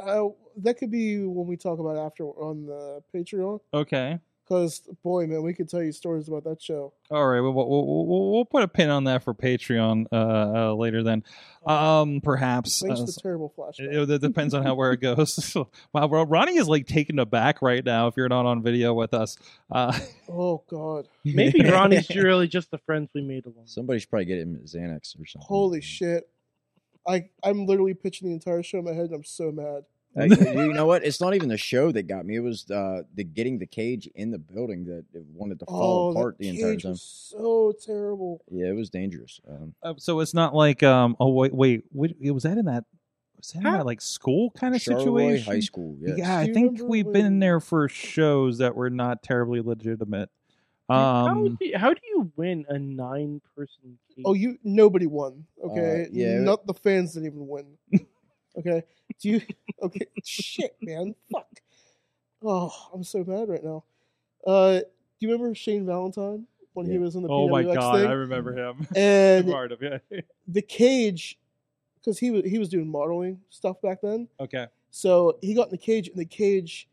Uh, that could be when we talk about after on the Patreon.
Okay.
Because, boy, man, we could tell you stories about that show.
All right. We'll, we'll, we'll, we'll- we'll put a pin on that for Patreon uh, uh, later then. Um, perhaps.
Thanks
Uh,
for the terrible
it,
flashback.
it- it depends on how where it goes. wow, bro, Ronnie is like taken aback right now if you're not on video with us. Uh,
oh, God.
Maybe Ronnie's really just the friends we made along.
Somebody should probably get him Xanax or something.
Holy shit. I, I'm literally pitching the entire show in my head, and I'm so mad.
Uh, you know what? It's not even the show that got me. It was uh, the getting the cage in the building that it wanted to fall
Oh,
apart
that
the entire
cage
time.
was so terrible.
Yeah, it was dangerous. Um,
uh, so it's not like um. Oh wait, wait. Wait, was that in that? Was that in
Huh?
that like school kind of
Charleroi
situation?
High School. Yes.
Yeah, I
Do you
think
remember
we've
when-
been there for shows that were not terribly legitimate.
Dude, how,
Um,
do you, how do you win a nine person cage?
Oh, you nobody won. Okay,
Uh, yeah.
not the fans didn't even win. okay, do you? Okay, shit, man, fuck. Oh, I'm so mad right now. Uh, do you remember Shane Valentine when he
Yeah.
was in the
oh my
PWX
god,
thing?
I remember him.
and
Part of it.
the cage, because he was he was doing modeling stuff back then.
Okay.
So he got in the cage, and the cage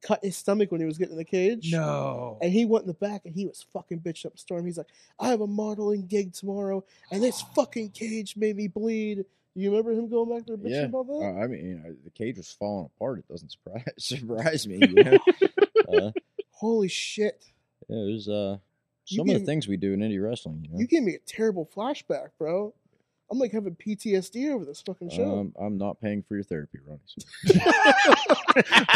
cut his stomach when he was getting in the cage.
No.
And he went in the back and he was fucking bitch up storm. He's like, I have a modeling gig tomorrow, and this fucking cage made me bleed. You remember him going back there bitching
Yeah.
about
Uh,
that?
I mean, you know, the cage was falling apart. It doesn't surprise surprise me. You know? uh,
Holy shit.
yeah, it was uh,
You
some of the
gave-
things we do in indie wrestling. You know,
You gave me a terrible flashback, bro. I'm like having PTSD over this fucking show.
um, I'm not paying for your therapy, Ronnie. So-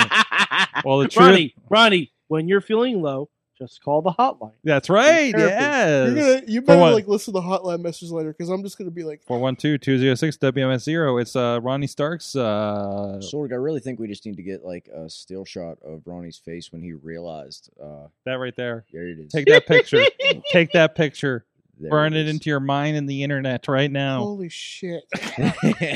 Well, the truth.
Ronnie, Ronnie, when you're feeling low, just call the hotline.
That's right.
Therapy.
You're
Yes.
gonna, you better
what?
like listen to the hotline message later because I'm just gonna be like,
412-206 WMS0. It's uh, Ronnie Stark's. Uh,
Sorg, I really think we just need to get like a still shot of Ronnie's face when he realized. Uh,
that right there.
there it is.
Take that picture. Take that picture.
There
Burn it
is.
into your mind and the internet right now.
holy shit!
we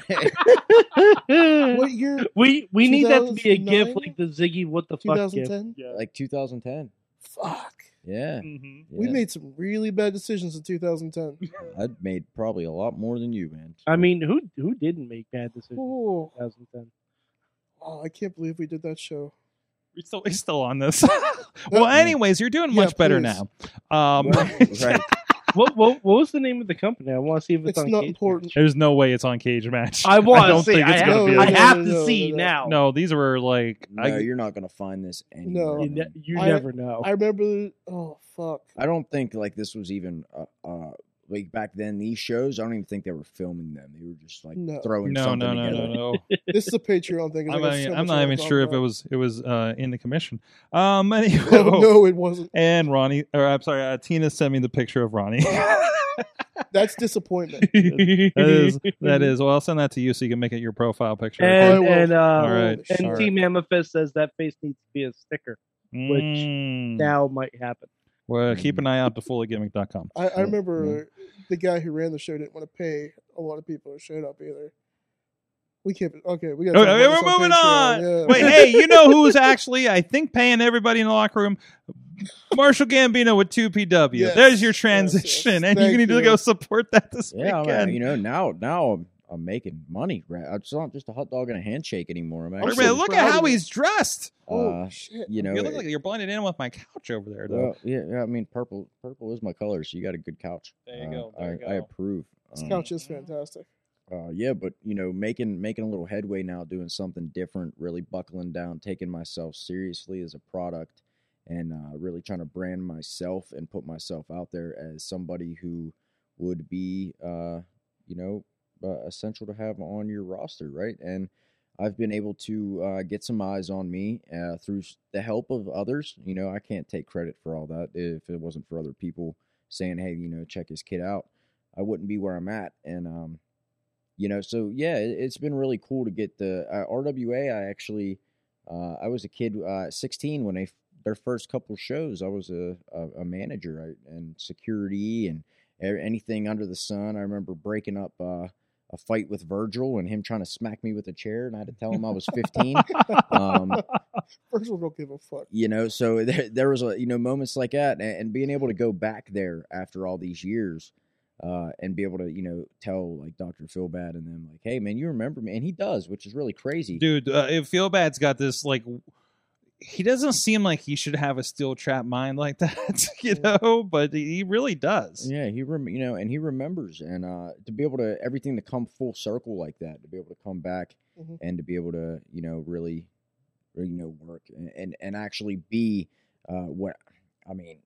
Mm-hmm.
What year?
we need that to be a gift
2009?
like the Ziggy what the fuck gift.
2010.
like 2010.
Fuck.
Yeah,
Mhm.
We
yeah.
made some really bad decisions in 2010.
I'd made probably a lot more than you, man.
I mean, who who didn't make bad decisions in
Oh,
2010?
oh, I can't believe we did that show.
We're still, we're still on this. well, anyways, you're doing
Yeah,
much better
please.
now. Um,
right.
what, what what was the name of the company? I want to see if it's,
It's
on.
not
Cage
important.
there's no way it's on Cage Match.
Match. I want
don't
to see.
think
I
it's
have,
gonna be.
No,
I
on-
no,
have
no,
to
no,
see
no.
now.
No, these were like
No,
I,
you're not gonna find this
No.
anywhere.
you, ne-
Um,
man.
you
I-
never know.
I remember. Oh fuck.
I don't think like this was even uh, uh like back then. These shows, I don't even think they were filming them. They were just like
No.
throwing
no,
something
no, no,
together.
no, no.
This is a Patreon thing. 'cause I
I'm
got
not,
so
even-
much
I'm
I
not even
thought
sure if
about.
it was it was uh, in the commission. Um, anyway,
Oh, no, it wasn't.
and Ronnie, or I'm sorry, uh, Tina sent me the picture of Ronnie.
That's disappointment. Uh,
that is that is. Well, I'll send that to you so you can make it your profile picture.
I
and
will.
and uh,
All right,
and
all right.
Team Amethyst says that face needs to be a sticker. which
Mm.
Now might happen.
well, keep an eye out to fullygimmick.com.
I, I remember
Mm-hmm.
the guy who ran the show didn't want to pay a lot of people who showed up either. We can't. Okay, we got.
Okay, Oh, we're moving on. Wait, hey, you know who's actually I think paying everybody in the locker room? Marshall Gambino with two PW.
Yes,
There's your
yes,
transition,
yes.
and you
Thank
need to
you.
go support that this
Yeah, I'm,
weekend.
you know now now I'm, I'm making money. Right, it's not just a hot dog and a handshake anymore. I'm
Wait a
actually,
minute, look at
proud
how
of you.
he's dressed.
uh,
shit!
you know,
you look
it-
like you're blended in with my couch over there, though.
well, yeah, yeah, I mean, purple purple is my color, so you got a good couch.
There you
Uh,
go,
I,
there you
I
go.
approve.
This
Um,
couch is fantastic.
Uh, yeah, but you know, making making a little headway now, doing something different, really buckling down, taking myself seriously as a product, and uh, really trying to brand myself and put myself out there as somebody who would be, uh, you know, uh, essential to have on your roster, right? And I've been able to uh, get some eyes on me uh, through s- the help of others. You know, I can't take credit for all that if it wasn't for other people saying, "Hey, you know, check his kid out." I wouldn't be where I'm at, and um, you know so yeah it, it's been really cool to get the uh, rwa i actually uh, i was a kid uh, 16 when they f- their first couple shows i was a, a, a manager I, and security and a- anything under the sun i remember breaking up uh, a fight with virgil and him trying to smack me with a chair and i had to tell him i was 15 um,
First of all, don't give a fuck.
you know so there, there was a you know moments like that and, and being able to go back there after all these years uh, and be able to you know tell like dr philbad and them like hey man you remember me and he does which is really crazy
Dude, uh, if Feelbad's got this, like, he doesn't seem like he should have a steel trap mind like that, you know, but he he really does.
yeah he rem- you know and he remembers and uh, to be able to everything to come full circle like that to be able to come back
Mhm.
and to be able to you know really really, you know work and and, and actually be uh, what i mean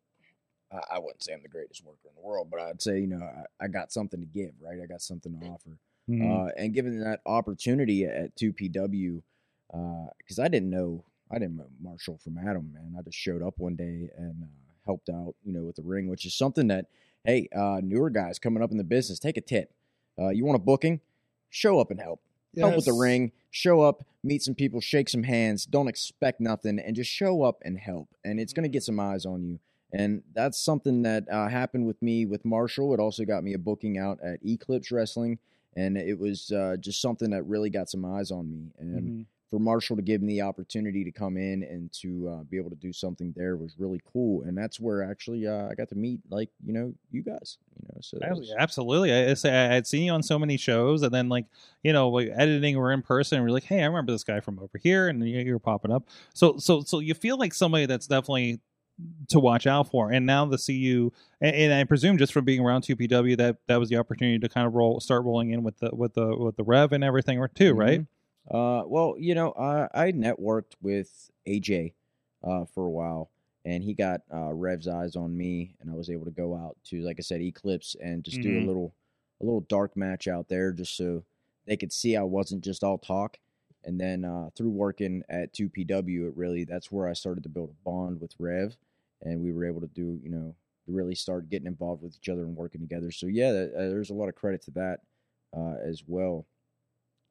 I, I wouldn't say i'm the greatest worker in the world but i'd say you know I, I got something to give right i got something to offer
Mm.
Mm-hmm.
uh, and given that opportunity at 2PW, because uh, I didn't know I didn't know Marshall from Adam, man. I just showed up one day and uh, helped out, you know, with the ring, which is something that hey, uh, newer guys coming up in the business, take a tip. Uh, you want a booking? Show up and help. Help with the
Yes.
ring. Show up, meet some people, shake some hands. Don't expect nothing, and just show up and help. And it's gonna get some eyes on you. And that's something that uh, happened with me with Marshall. It also got me a booking out at Eclipse Wrestling and it was uh, just something that really got some eyes on me. And
Mhm.
for Marshall to give me the opportunity to come in and to uh, be able to do something there was really cool. And that's where actually uh, I got to meet like you know you guys, you know. So that
Abs-
was-
Absolutely. I, I say I had seen you on so many shows, and then like you know, like editing or in person, and we're like, hey, I remember this guy from over here, and you, you're popping up. So so so you feel like somebody that's definitely to watch out for. And now to see you, and, and I presume just from being around 2PW, that that was the opportunity to kind of roll, start rolling in with the with the with the rev and everything, or too,
Mm-hmm.
right?
Uh, well, you know, I, I networked with AJ uh, for a while, and he got uh, Rev's eyes on me, and I was able to go out to, like I said, Eclipse and just do
Mhm.
a little, a little dark match out there, just so they could see I wasn't just all talk. And then uh, through working at 2PW, it really that's where I started to build a bond with Rev, and we were able to do you know really start getting involved with each other and working together. So yeah, that, uh, there's a lot of credit to that uh, as well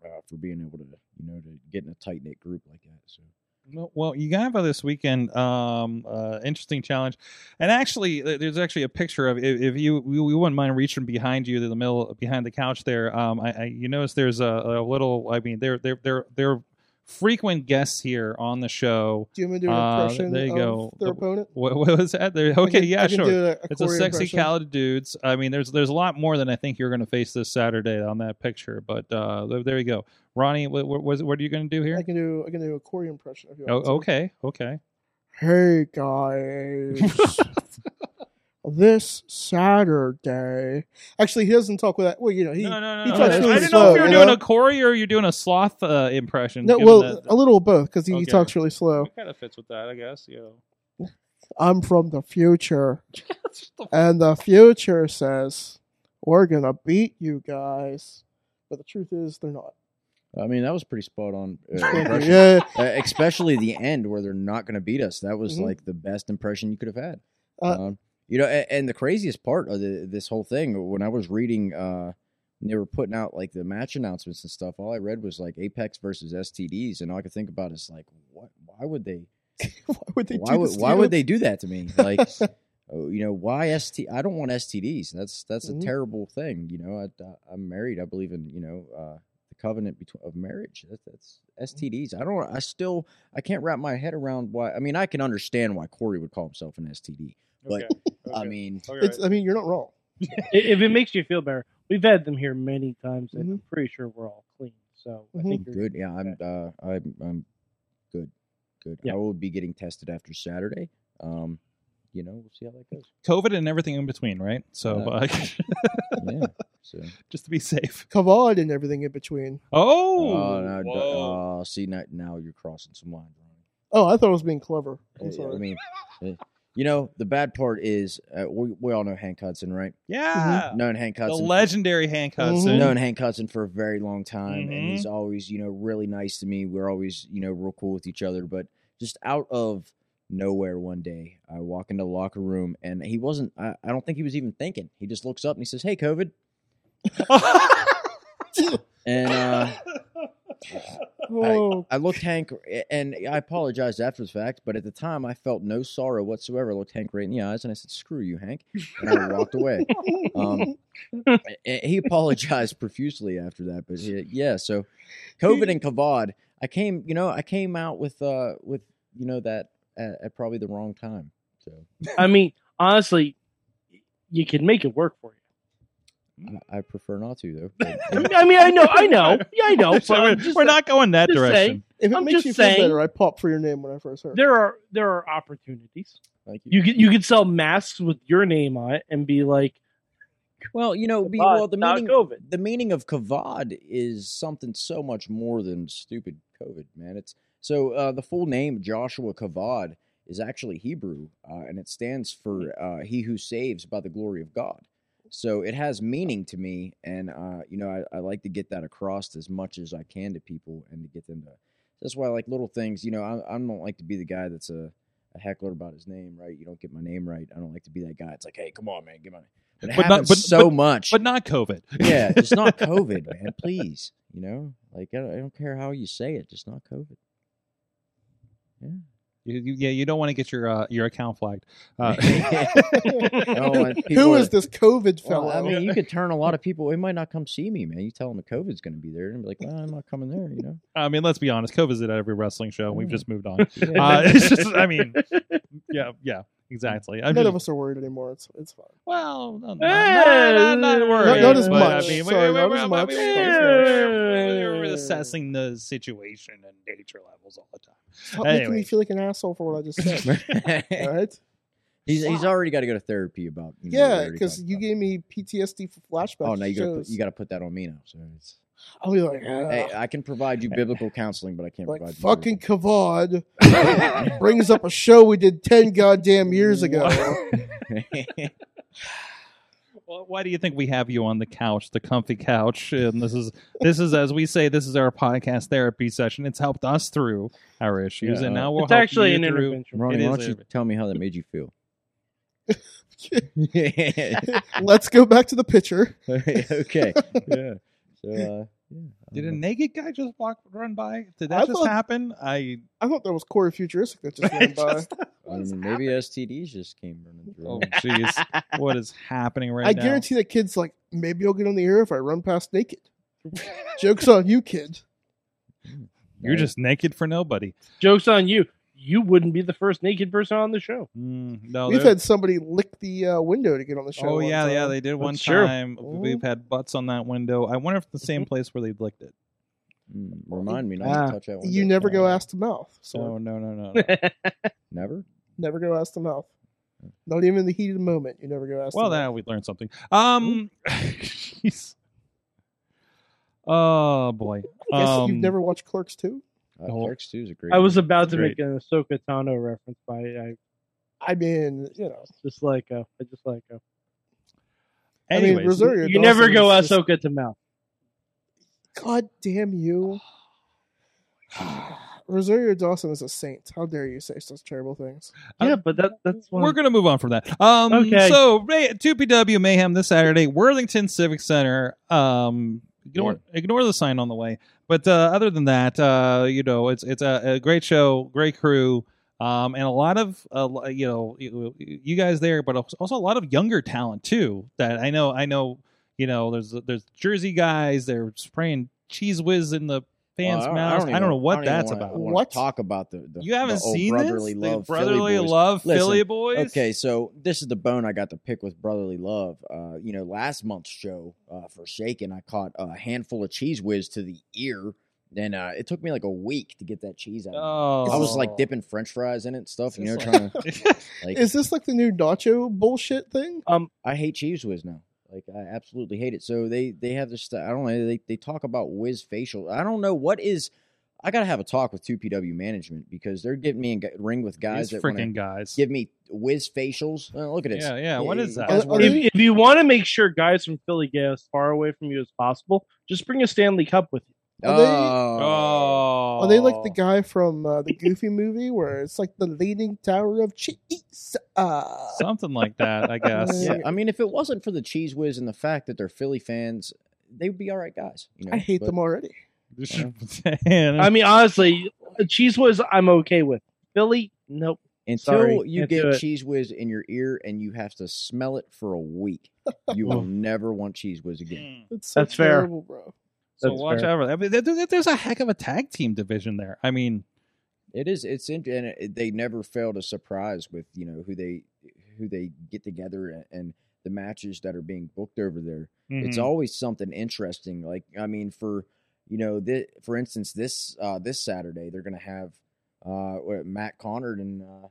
uh, for being able to you know to get in a tight knit group like that. So
No, Well, you have uh, this weekend um uh, interesting challenge, and actually, th- there's actually a picture of if, if you we wouldn't mind reaching behind you to the middle behind the couch there. Um, I, I you notice there's a, a little. I mean, they're they're they're they're frequent guests here on the show.
Do you want me to do an
Uh,
impression
there you
of
go.
their
The-
opponent?
What, what was that? There,
I
okay,
can-
yeah,
I can
sure.
do a- a
it's a
Corey
sexy
impression.
called dudes. I mean, there's there's a lot more than I think you're going to face this Saturday on that picture. But uh, there, there you go, Ronnie. What, what, was- what are you going to do
I
here?
can do I can do a Corey impression if you want.
Oh, okay, okay.
Hey guys. this Saturday. Actually, he doesn't talk with that. Well, you know, he
no, no, no.
he
no.
talks
I,
really
didn't know if
slow,
you were
you
doing
know?
a Corey or you're doing a sloth uh, impression.
no,
given
well,
that-
a little of both because he, he
Okay.
talks really slow.
that kind of fits with that, I guess. You know.
I'm from the future. and the future says, we're going to beat you guys. But the truth is, they're not.
I mean that was pretty spot on, uh,
Thank you.
impression.
Yeah.
Uh, especially the end where they're not going to beat us. That was
Mhm.
like the best impression you could have had.
Uh,
um, you know, and, and the craziest part of the, this whole thing when I was reading. Uh, when they were putting out like the match announcements and stuff. All I read was like Apex versus STDs, and all I could think about is like, what? Why would they?
why would they
why
do
would
this to
why
you?
would they do that to me? Like, oh, you know, why ST? I don't want STDs. That's that's
Mhm.
a terrible thing. You know, I, I, I'm married. I believe in you know uh, the covenant between of marriage. That, that's
Mm-hmm.
STDs. I don't. I still I can't wrap my head around why. I mean, I can understand why Corey would call himself an STD. But I mean,
It's, I mean, you're not wrong.
if it makes you feel better, we've had them here many times, and
Mhm.
Mm-hmm.
I'm pretty sure we're all clean. So
Mhm.
I think you're
good. Yeah, I'm uh, I'm I'm good. Good.
Yeah.
I will be getting tested after Saturday. Um, you know, we'll see how that goes.
COVID and everything in between, right? So uh,
Uh, Yeah. So.
just to be safe.
Kavad and everything in between.
Oh,
Oh, no, d-
uh,
whoa.
oh, see now, now you're crossing some lines. Ronnie.
Oh, I thought it was being clever. I'm
I, I
sorry.
mean, eh, you know the bad part is uh, we, we all know Hank Hudson, right?
mm-hmm.
yeah,
Known Hank
the
Hudson,
legendary eh? Hank Hudson.
known Hank Hudson for a very long time, and
Mhm.
he's always you know really nice to me. We're always you know real cool with each other, but just out of nowhere one day, I walk into the locker room and he wasn't. I, I don't think he was even thinking. He just looks up and he says, "Hey, COVID," and. uh
oh,
I looked Hank, and I apologized after the fact, but at the time I felt no sorrow whatsoever. I looked Hank right in the eyes and I said, "Screw you, Hank," and I walked away. Um, and he apologized profusely after that, but he- yeah, so COVID and Kavad, I came, you know, I came out with uh with you know that at, at probably the wrong time. So
I mean, honestly, you can make it work for you.
I, I prefer not to though. But,
I mean, I know, I know, yeah, I know.
So
But
we're,
I'm just
we're
saying,
not going that
just
direction.
saying,
if it
I'm
makes
just
you
saying-
feel better, I pop for your name when I first heard.
there are there are opportunities.
thank you.
You could you could sell masks with your name on it and be like,
Well, you know, be,
Kavad,
well the
not
meaning
COVID.
the meaning of kavad is something so much more than stupid COVID, man. It's so uh, the full name Joshua Kavad is actually Hebrew, uh, and it stands for
Hmm.
uh, "He who saves by the glory of God." So it has meaning to me, and uh, you know, I, I like to get that across as much as I can to people, and to get them to. That's why, I like little things, you know, I, I don't like to be the guy that's a, a heckler about his name, right? You don't get my name right. I don't like to be that guy. It's like, hey, come on, man, get my name. But it
But not-
happens
but-
so much.
But not COVID.
Yeah, just not COVID, man. Please, you know, like I don't, I don't care how you say it, just not COVID.
You, you, yeah, you don't want to get your uh, your account flagged. Uh,
No,
Who-
I- people
Who
are-
is this COVID fellow?
Well, I mean, you could turn a lot of people. They might not come see me, man. You tell them the COVID's going to be there, and be like, well, I'm not coming there. You know,
I mean, let's be honest. COVID's at every wrestling show. and
Mm-hmm.
We've just moved on.
Yeah.
Uh, it's just, I mean, yeah, yeah, exactly. I'm
None
just,
of us are worried anymore. It's it's fine.
well, no, no,
Eh,
no, no, not worried,
not as
but,
much.
I mean, we-
Sorry,
we-
not
we-
as
we-
much.
we-
Not
as
We're
much.
we're assessing the situation and nature levels all the time.
Stop making
Anyway.
me feel like an asshole for what I just said. All right?
he's he's already got to go to therapy about. You know, what
Yeah,
we already
because
talked
you
about.
gave me PTSD for flashbacks.
Oh, now you got to put,
shows.
you got to put that on me now. So it's,
I'll be like, "Ah."
hey, I can provide you biblical counseling, but I can't
like
provide you
fucking Kavad brings up a show we did ten goddamn years ago.
biblical-
Well, why do you think we have you on the couch, the comfy couch? And this is this is as we say, this is our podcast therapy session. It's helped us through our issues,
Yeah.
and now we'll
it's
help
actually
you
an
through.
intervention.
Ronnie,
It
why
is
don't you
a-
tell me how that made you feel?
Let's go back to the picture.
okay. Yeah. So, uh, yeah. I
Did a
don't know.
naked guy just walk run by? Did
mm-hmm. I
that just
thought-
happen? I
I thought that was Corey Futuristic that just went by.
Just-
I mean, maybe STDs just came running through.
oh jeez, what is happening right
I
now?
guarantee that kid's like, maybe I'll get on the air if I run past naked. Joke's on you, kid.
You're just naked for nobody.
Joke's on you. You wouldn't be the first naked person on the show.
Mm, no,
We've
there-
had somebody lick the uh, window to get on the show. Oh.
oh
one
yeah, yeah,
time.
they did one
That's true.
time. We've had butts on that window. I wonder if the
Mm-hmm.
same place where they licked it.
Mm, remind me not
Ah.
to touch that one.
You
day.
never go
No,
ass to mouth. So
So no, no, no. no.
Never.
never go ass to mouth. Not even in the heat of the moment. You never go ass
well,
to mouth.
now we learned something. Um,
Mm.
jeez. Oh boy.
I guess you've
Um,
never watched Clerks 2?
Uh,
No.
Clerks Two is a great.
I was about to
Great.
make an Ahsoka Tano reference, but I, I
I mean, you know.
just like uh, I just like uh,
I mean,
Anyways,
Rosario
you never
Dawson
go
is just-
Ahsoka to mouth.
God damn you. Rosario Dawson is a saint. How dare you say such terrible things?
Uh,
Yeah, but that that's one.
We're going to move on from that. Um,
Okay.
So, May- 2PW Mayhem this Saturday, Worthington Civic Center. Um, ignore ignore the sign on the way. But uh, other than that, uh, you know, it's it's a, a great show, great crew, um, and a lot of uh, lo- you know you, you guys there, but also a lot of younger talent too. That I know, I know, you know, there's there's Jersey guys. They're spraying cheese whiz in the fans'
Well,
mouths. I don't,
even-
know what
I don't even
that's
wanna-
about.
wanna
What?
Talk about the, the
You haven't
the old
seen
brotherly
this? The
love, Philly
brotherly
boys.
love,
Listen,
Philly boys.
Okay, so this is the bone I got to pick with brotherly love. Uh, you know, last month's show uh, for Shaken, I caught a handful of cheese whiz to the ear, and uh, it took me like a week to get that cheese out. of
Oh,
me. I was like dipping French fries in it and stuff, you know,
It's
trying to like.
Is this like the new nacho bullshit thing?
I hate cheese whiz now. Like I absolutely hate it. So they they have this. st- I don't know. They they talk about whiz facial. I don't know what is. I gotta have a talk with two PW management because they're getting me in g- ring with guys
These
that want
freaking
to
guys.
give me whiz facials. Uh, look at it.
Yeah, yeah. What
You-
is
you
that?
guys
Are-
wanna-
are they-
if, if you want to make sure guys from Philly get as far away from you as possible, just bring a Stanley Cup with you.
are they-
oh,
Are they like the guy from uh, the Goofy movie where it's like the leaning tower of cheese? Uh,
Something like that, I guess.
yeah. I mean, if it wasn't for the cheese whiz and the fact that they're Philly fans, they would be all right guys. You know,
I hate
but-
them already.
And-
I mean, honestly, cheese was I'm okay with. Philly, nope.
Until
Sorry,
you
can't do
get
it.
cheese whiz in your ear and you have to smell it for a week, you will never want cheese whiz again.
It's so
That's fair.
terrible, bro.
Mm. so
That's
watch
fair.
out. for that. I mean, there- there- there's a heck of a tag team division there. I mean,
It is. It's int- and it, they never fail to surprise with you know who they who they get together and, and the matches that are being booked over there.
Mm-hmm.
It's
mhm.
always something interesting. Like I mean, for you know, this, for instance, this uh, this Saturday they're going to have uh, what, Matt Connard and uh,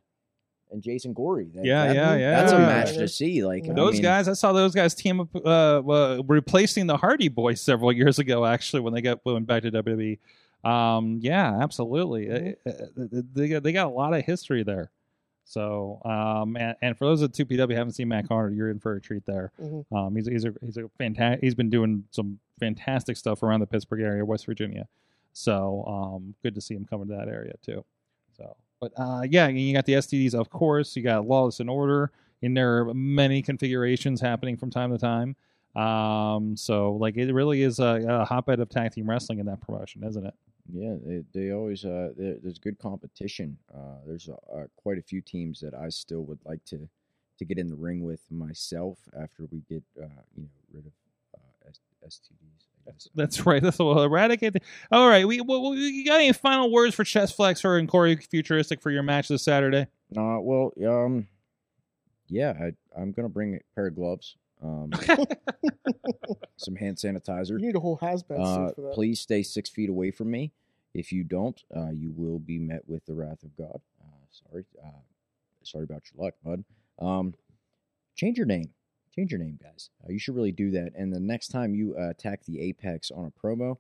and Jason Gorey. That-
Yeah,
that-
yeah,
That's a
yeah.
match to see. Like I
those
mean,
guys. I saw those guys team up, uh, uh, replacing the Hardy Boys several years ago. Actually, when they got went back to WWE. Um, yeah, absolutely.
Mm-hmm.
Uh, uh, they got, they got a lot of history there. So, um, and, and for those at 2PW who haven't seen Matt Connor, you're in for a treat there.
Mhm.
Mm-hmm.
Um, he's he's a he's a fantastic. He's been doing some fantastic stuff around the Pittsburgh area, West Virginia. So um, good to see him coming to that area too. So, but uh, yeah, and you got the STDs, of course. You got Lawless and Order in there. are Many configurations happening from time to time. Um, so like it really is a, a hotbed of tag team wrestling in that promotion, isn't it?
Yeah, they, they always uh, there, there's good competition. Uh, there's uh, quite a few teams that I still would like to to get in the ring with myself after we get uh, you know rid of uh, S- STDs. I guess.
That's right. This will eradicate. The, all right. We, we, we you got any final words for Chess Flexer and Corey Futuristic for your match this Saturday?
Uh, well, um, yeah, I, I'm gonna bring a pair of gloves, um, some hand
You
sanitizer.
need a whole hazmat
Uh,
suit for that.
please stay six feet away from me. If you don't, uh, you will be met with the wrath of God. Uh, sorry, uh, sorry about your luck, bud. Um, change your name. Change your name, guys. Uh, you should really do that. And the next time you uh, attack the apex on a promo,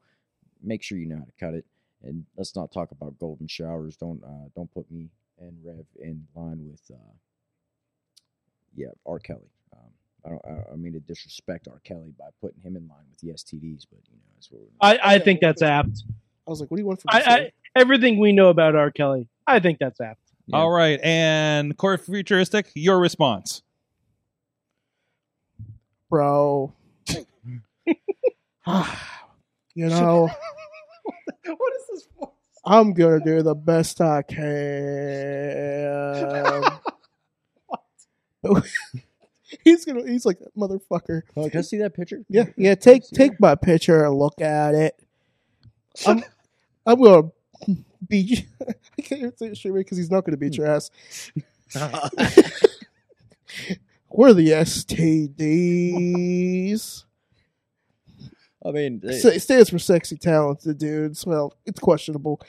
make sure you know how to cut it. And let's not talk about golden showers. Don't uh, don't put me and Rev in line with uh, yeah R. Kelly. Um, I don't I, I mean to disrespect R. Kelly by putting him in line with the STDs, but you know that's what we're
I, I think that's apt.
I was like, what do you want from
I,
this?
I everything we know about R. Kelly, I think that's apt.
Yeah.
All right. And Corey Futuristic, your response.
bro. you know,
what is this for?
I'm gonna do the best I can. he's gonna. He's like motherfucker.
Oh, can I see that picture?
Yeah, yeah. Take
see
take my picture and look at it. I'm I'm gonna beat. You. I can't even say shit because he's not gonna beat your ass. We're the STDs.
I mean, they-
It stands for sexy talented dudes. Well, it's questionable,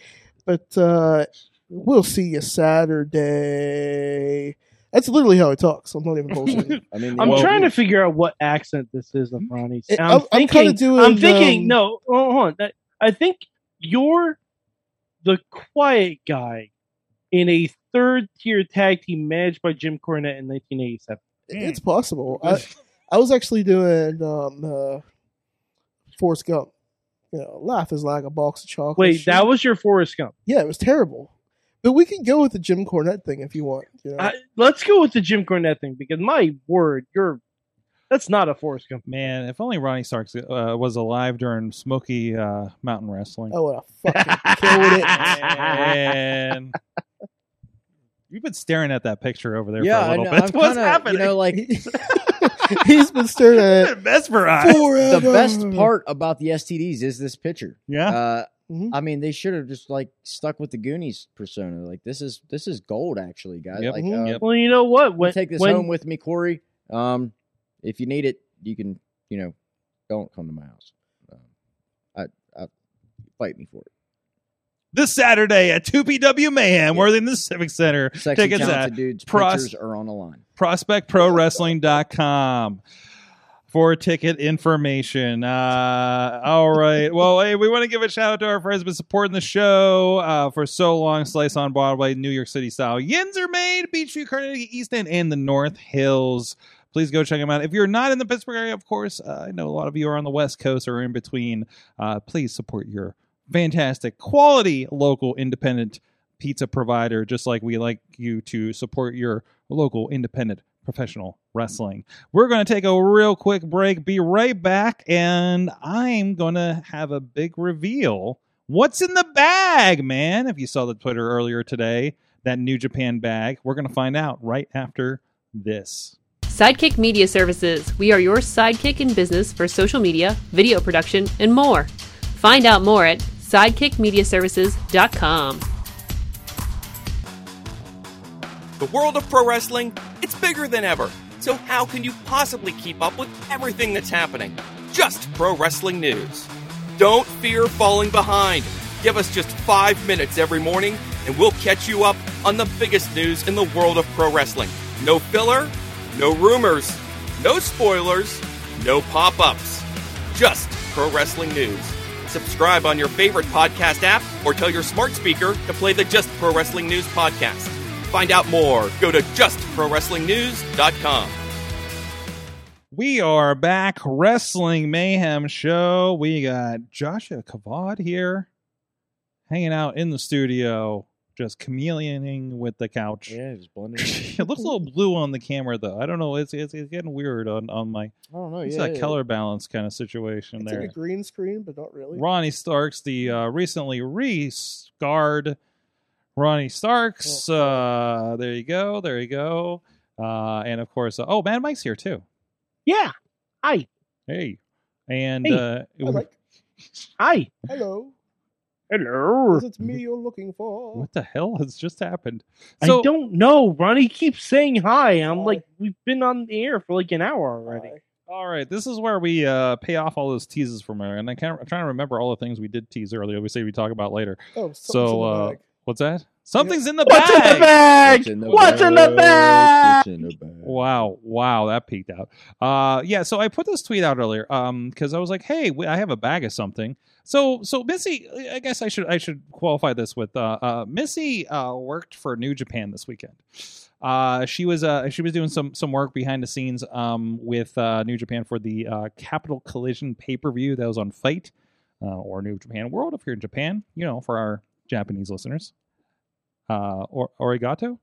but uh, we'll see you Saturday. That's literally how he talks. I'm not even bullshitting.
I mean,
I'm
Well-
trying to figure out what accent this is of Ronnie's.
It-
And I'm,
I'm- I'm
thinking,
kinda
I'm,
doing,
thinking,
um,
no, hold on. That- I think you're the quiet guy in a third tier tag team managed by Jim Cornette in 1987.
it's possible. I, I was actually doing um, uh, Forrest Gump. You know, life is like a box of chocolate.
Wait,
Shit.
that was your Forrest Gump.
yeah, it was terrible. But we can go with the Jim Cornette thing if you want. You know?
I, let's go with the Jim Cornette thing because my word, you're that's not a Forrest Gump.
Man, if only Ronnie Starks uh, was alive during Smoky uh, Mountain Wrestling.
oh, well, I fucking killed it.
Man. You've been staring at that picture over there
yeah,
for a
I
little
know,
bit.
I'm
What's
kinda,
happening?
You know, like
He's been staring at it
Been mesmerized.
forever.
the best part about the STDs is this picture.
Yeah.
Uh,
Mm-hmm.
Mhm.
I mean, they should have just like stuck with the Goonies persona. Like this is this is gold, actually, guys.
Yep.
Like,
Mhm.
uh,
Yep.
Well, you know what?
I'll
Mm-hmm. When
take this
when,
home with me, Corey. Um, if you need it, you can. You know, don't come to my house. Um, I, I fight me for it.
This Saturday at 2 PW Mayhem, we're in the Civic Center.
Sexy
Tickets
talented
at
dudes.
Pros-
Pictures are on the line.
prospectprowrestling.com for ticket information. Uh, all right. Well, hey, we want to give a shout out to our friends who've been supporting the show uh, for so long. Slice on Broadway, New York City style. Yins are made, Beach View, Carnegie, East End, and the North Hills. Please go check them out. If you're not in the Pittsburgh area, of course, uh, I know a lot of you are on the West Coast or in between. Uh, please support your fantastic, quality, local, independent pizza provider, just like we like you to support your local, independent, professional wrestling. We're going to take a real quick break, be right back, and I'm going to have a big reveal. What's in the bag, man? If you saw the Twitter earlier today, that New Japan bag, we're going to find out right after this.
Sidekick Media Services. We are your sidekick in business for social media, video production, and more. Find out more at sidekickmediaservices.com.
The world of pro wrestling, it's bigger than ever. So how can you possibly keep up with everything that's happening? Just pro wrestling news. Don't fear falling behind. Give us just 5 minutes every morning and we'll catch you up on the biggest news in the world of pro wrestling. No filler, no rumors, no spoilers, no pop-ups. Just pro wrestling news. Subscribe on your favorite podcast app or tell your smart speaker to play the Just Pro Wrestling News podcast. Find out more. Go to justprowrestlingnews.com.
We are back, Wrestling Mayhem Show. We got Joshua Kavad here hanging out in the studio, just chameleoning with the couch.
Yeah, just blended.
it looks a little blue on the camera though. I don't know. It's it's, it's getting weird on on my.
I don't know.
It's
Oh, yeah,
that color balance kind of situation
It's
there.
like a green screen, but not really.
Ronnie Starks, the uh, recently re-scarred Ronnie Starks. Uh, there you go. There you go. Uh, and of course, uh, oh, Mad Mike's here too.
yeah, hi,
Hey, and
Hey,
uh,
I like.
hi,
Hello,
hello.
is it me you're looking for?
what the hell has just happened?
I don't know. Ronnie keeps saying hi. and I'm like, we've been on the air for like an hour already.
Hi.
All right, this is where we uh, pay off all those teases from earlier, and I can't, I'm trying to remember all the things we did tease earlier. We say we talk about later.
Oh, something's
So,
in the
uh,
bag.
What's that? Something's in the
What's in the
bag.
bag? What's in the bag?
What's in the bag?
Wow, wow, that peaked out. Uh, yeah, so I put this tweet out earlier, um, because I was like, hey, we, I have a bag of something. So, so Missy, I guess I should I should qualify this with uh, uh Missy uh worked for New Japan this weekend. Uh, she was uh she was doing some some work behind the scenes um with uh New Japan for the uh Capital Collision pay per view that was on Fight uh, or New Japan World if you're in Japan, you know, for our Japanese listeners. Uh, or Origato,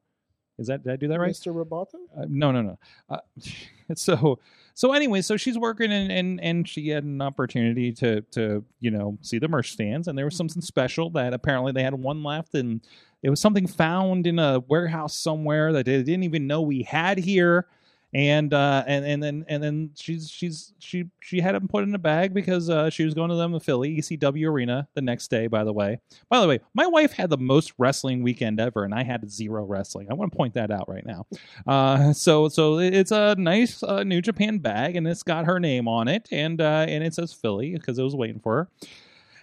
is that did I do that right?
Mr. Roboto?
Uh, no, no, no. Uh, so, So anyway, so she's working and and and she had an opportunity to to you know see the merch stands, and there was something special that apparently they had one left, and it was something found in a warehouse somewhere that they didn't even know we had here. And uh, and and then and then she's she's she she had them put in a bag because uh, she was going to them in Philly ECW arena the next day. By the way, by the way, my wife had the most wrestling weekend ever, and I had zero wrestling. I want to point that out right now. Uh, so so it's a nice uh, New Japan bag, and it's got her name on it, and uh, and it says Philly because I was waiting for her.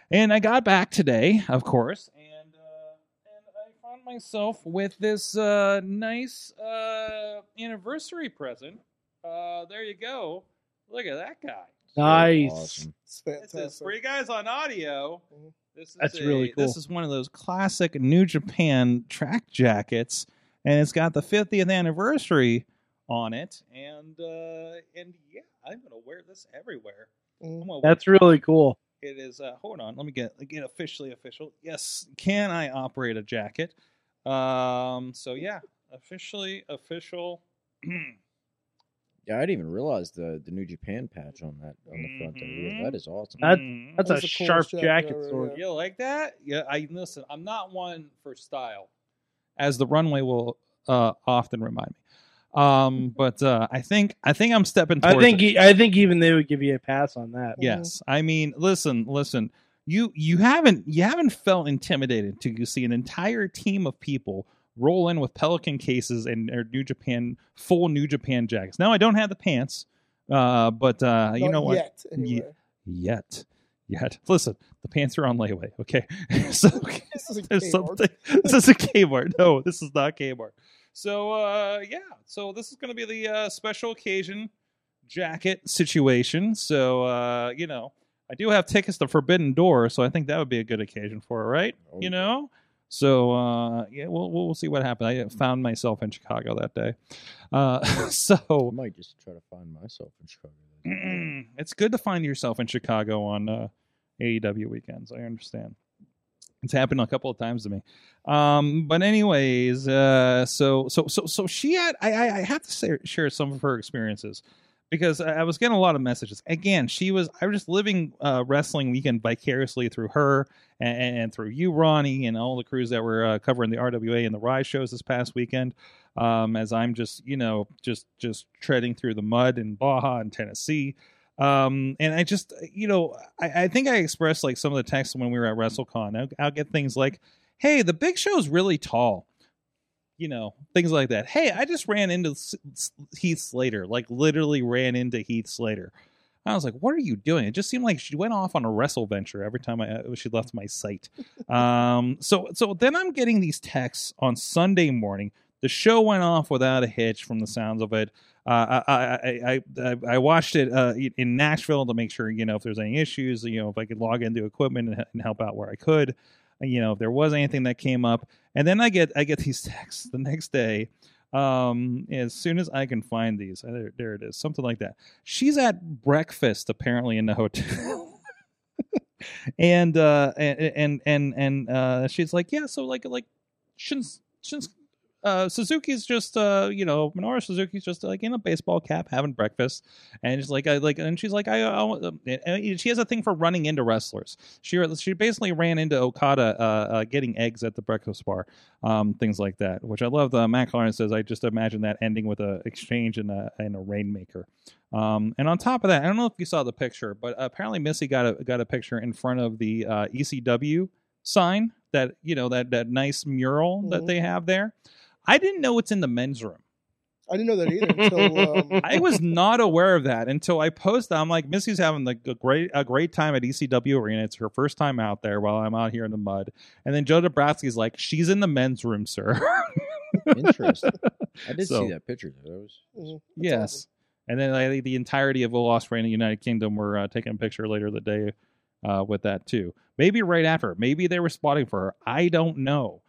And I got back today, of course, and uh, and I found myself with this uh, nice uh, anniversary present. Uh, there you go. Look at that guy.
Nice.
Awesome.
It's
This is
fantastic.
for you guys on audio.
Mhm.
This is
That's
a-
really
This
cool.
is one of those classic New Japan track jackets, and it's got the 50th anniversary on it. And uh, and yeah, I'm gonna wear this everywhere. I'm
Mhm.
gonna
That's really cool.
it is. Uh, hold on, let me get get officially official. Yes, can I operate a jacket? Um. So yeah, officially official.
Yeah, I didn't even realize the the New Japan patch on that on the front. of it.
Mhm.
That is awesome.
Mm-hmm. That-
Mm.
That's, a
That's the
sharp
coolest
jacket,
jacket ever,
sword.
yeah.
You like that? Yeah, I listen. I'm not one for style, as the runway will uh, often remind me. Um, but uh, I think I think I'm stepping. Towards
I think
It.
e- I think even they would give you a pass on that.
yes, I mean, listen, listen. You you haven't you haven't felt intimidated to you see an entire team of people roll in with Pelican cases and their New Japan full New Japan jackets. Now I don't have the pants, uh, but uh, you
Not
know what?
Yet,
Ye-
anyway.
Yet, yet. Listen, the pants are on layaway. Okay, so
This is a
there's
Kmart.
something. This is a Kmart. No, this is not Kmart. So uh, yeah, so this is going to be the uh, special occasion jacket situation. So uh, you know, I do have tickets to Forbidden Door, so I think that would be a good occasion for it, right?
Oh,
you
yeah.
know. So uh, yeah, we'll we'll see what happens. I found myself in Chicago that day, uh,
I
so
Oh, might just try to find myself in Chicago.
it's good to find yourself in Chicago on uh, AEW weekends. I understand. It's happened a couple of times to me. Um, but anyways, uh, so so so so she had. I I, I have to say, share some of her experiences because I, I was getting a lot of messages. Again, she was. I was just living uh, wrestling weekend vicariously through her and, and through you, Ronnie, and all the crews that were uh, covering the RWA and the Rise shows this past weekend um, as I'm just you know just just treading through the mud in Baja and Tennessee. Um, and I just you know I, I think I expressed like some of the texts when we were at WrestleCon. I'll, I'll get things like, "Hey, the Big Show's really tall," you know, things like that. Hey, I just ran into S- S- Heath Slater, like literally ran into Heath Slater. I was like, "What are you doing?" It just seemed like she went off on a wrestle venture every time I, uh, she left my site. um, so, so then I'm getting these texts on Sunday morning the show went off without a hitch from the sounds of it. Uh, I, I, I, I, I watched it uh, in Nashville to make sure, you know, if there's any issues, you know, if I could log into equipment and, and help out where I could, and, you know, if there was anything that came up. And then I get, I get these texts the next day. Um, as soon as I can find these, Uh, there, there it is, something like that. She's at breakfast apparently in the hotel. and uh and and and, and uh she's like yeah so like like shouldn't shouldn't uh, Suzuki's just uh, you know Minoru Suzuki's just like in a baseball cap having breakfalst, and she's like I like and she's like I, I and she has a thing for running into wrestlers. She she basically ran into Okada uh, uh, getting eggs at the breakfast bar, um, things like that, which I love. Uh, Matt Clarence says I just imagine that ending with a exchange and a and a rainmaker. Um, and on top of that, I don't know if you saw the picture, but apparently Missy got a got a picture in front of the uh, ECW sign that you know that that nice mural that
Mhm.
they have there. I didn't know it's in the men's room.
I didn't know that either until um,
I was not aware of that until I posted. I'm like, Missy's having the, a great a great time at ECW Arena. It's her first time out there while I'm out here in the mud. And then Joe Dabrowski's like, she's in the men's room, sir.
Interesting. I did
So-
see that picture. Though. That was
Mhm.
yes. And then I think the entirety of the Lost Reign of the United Kingdom were uh, taking a picture later the day uh, with that too. Maybe right after. Maybe they were spotting for her. I don't know.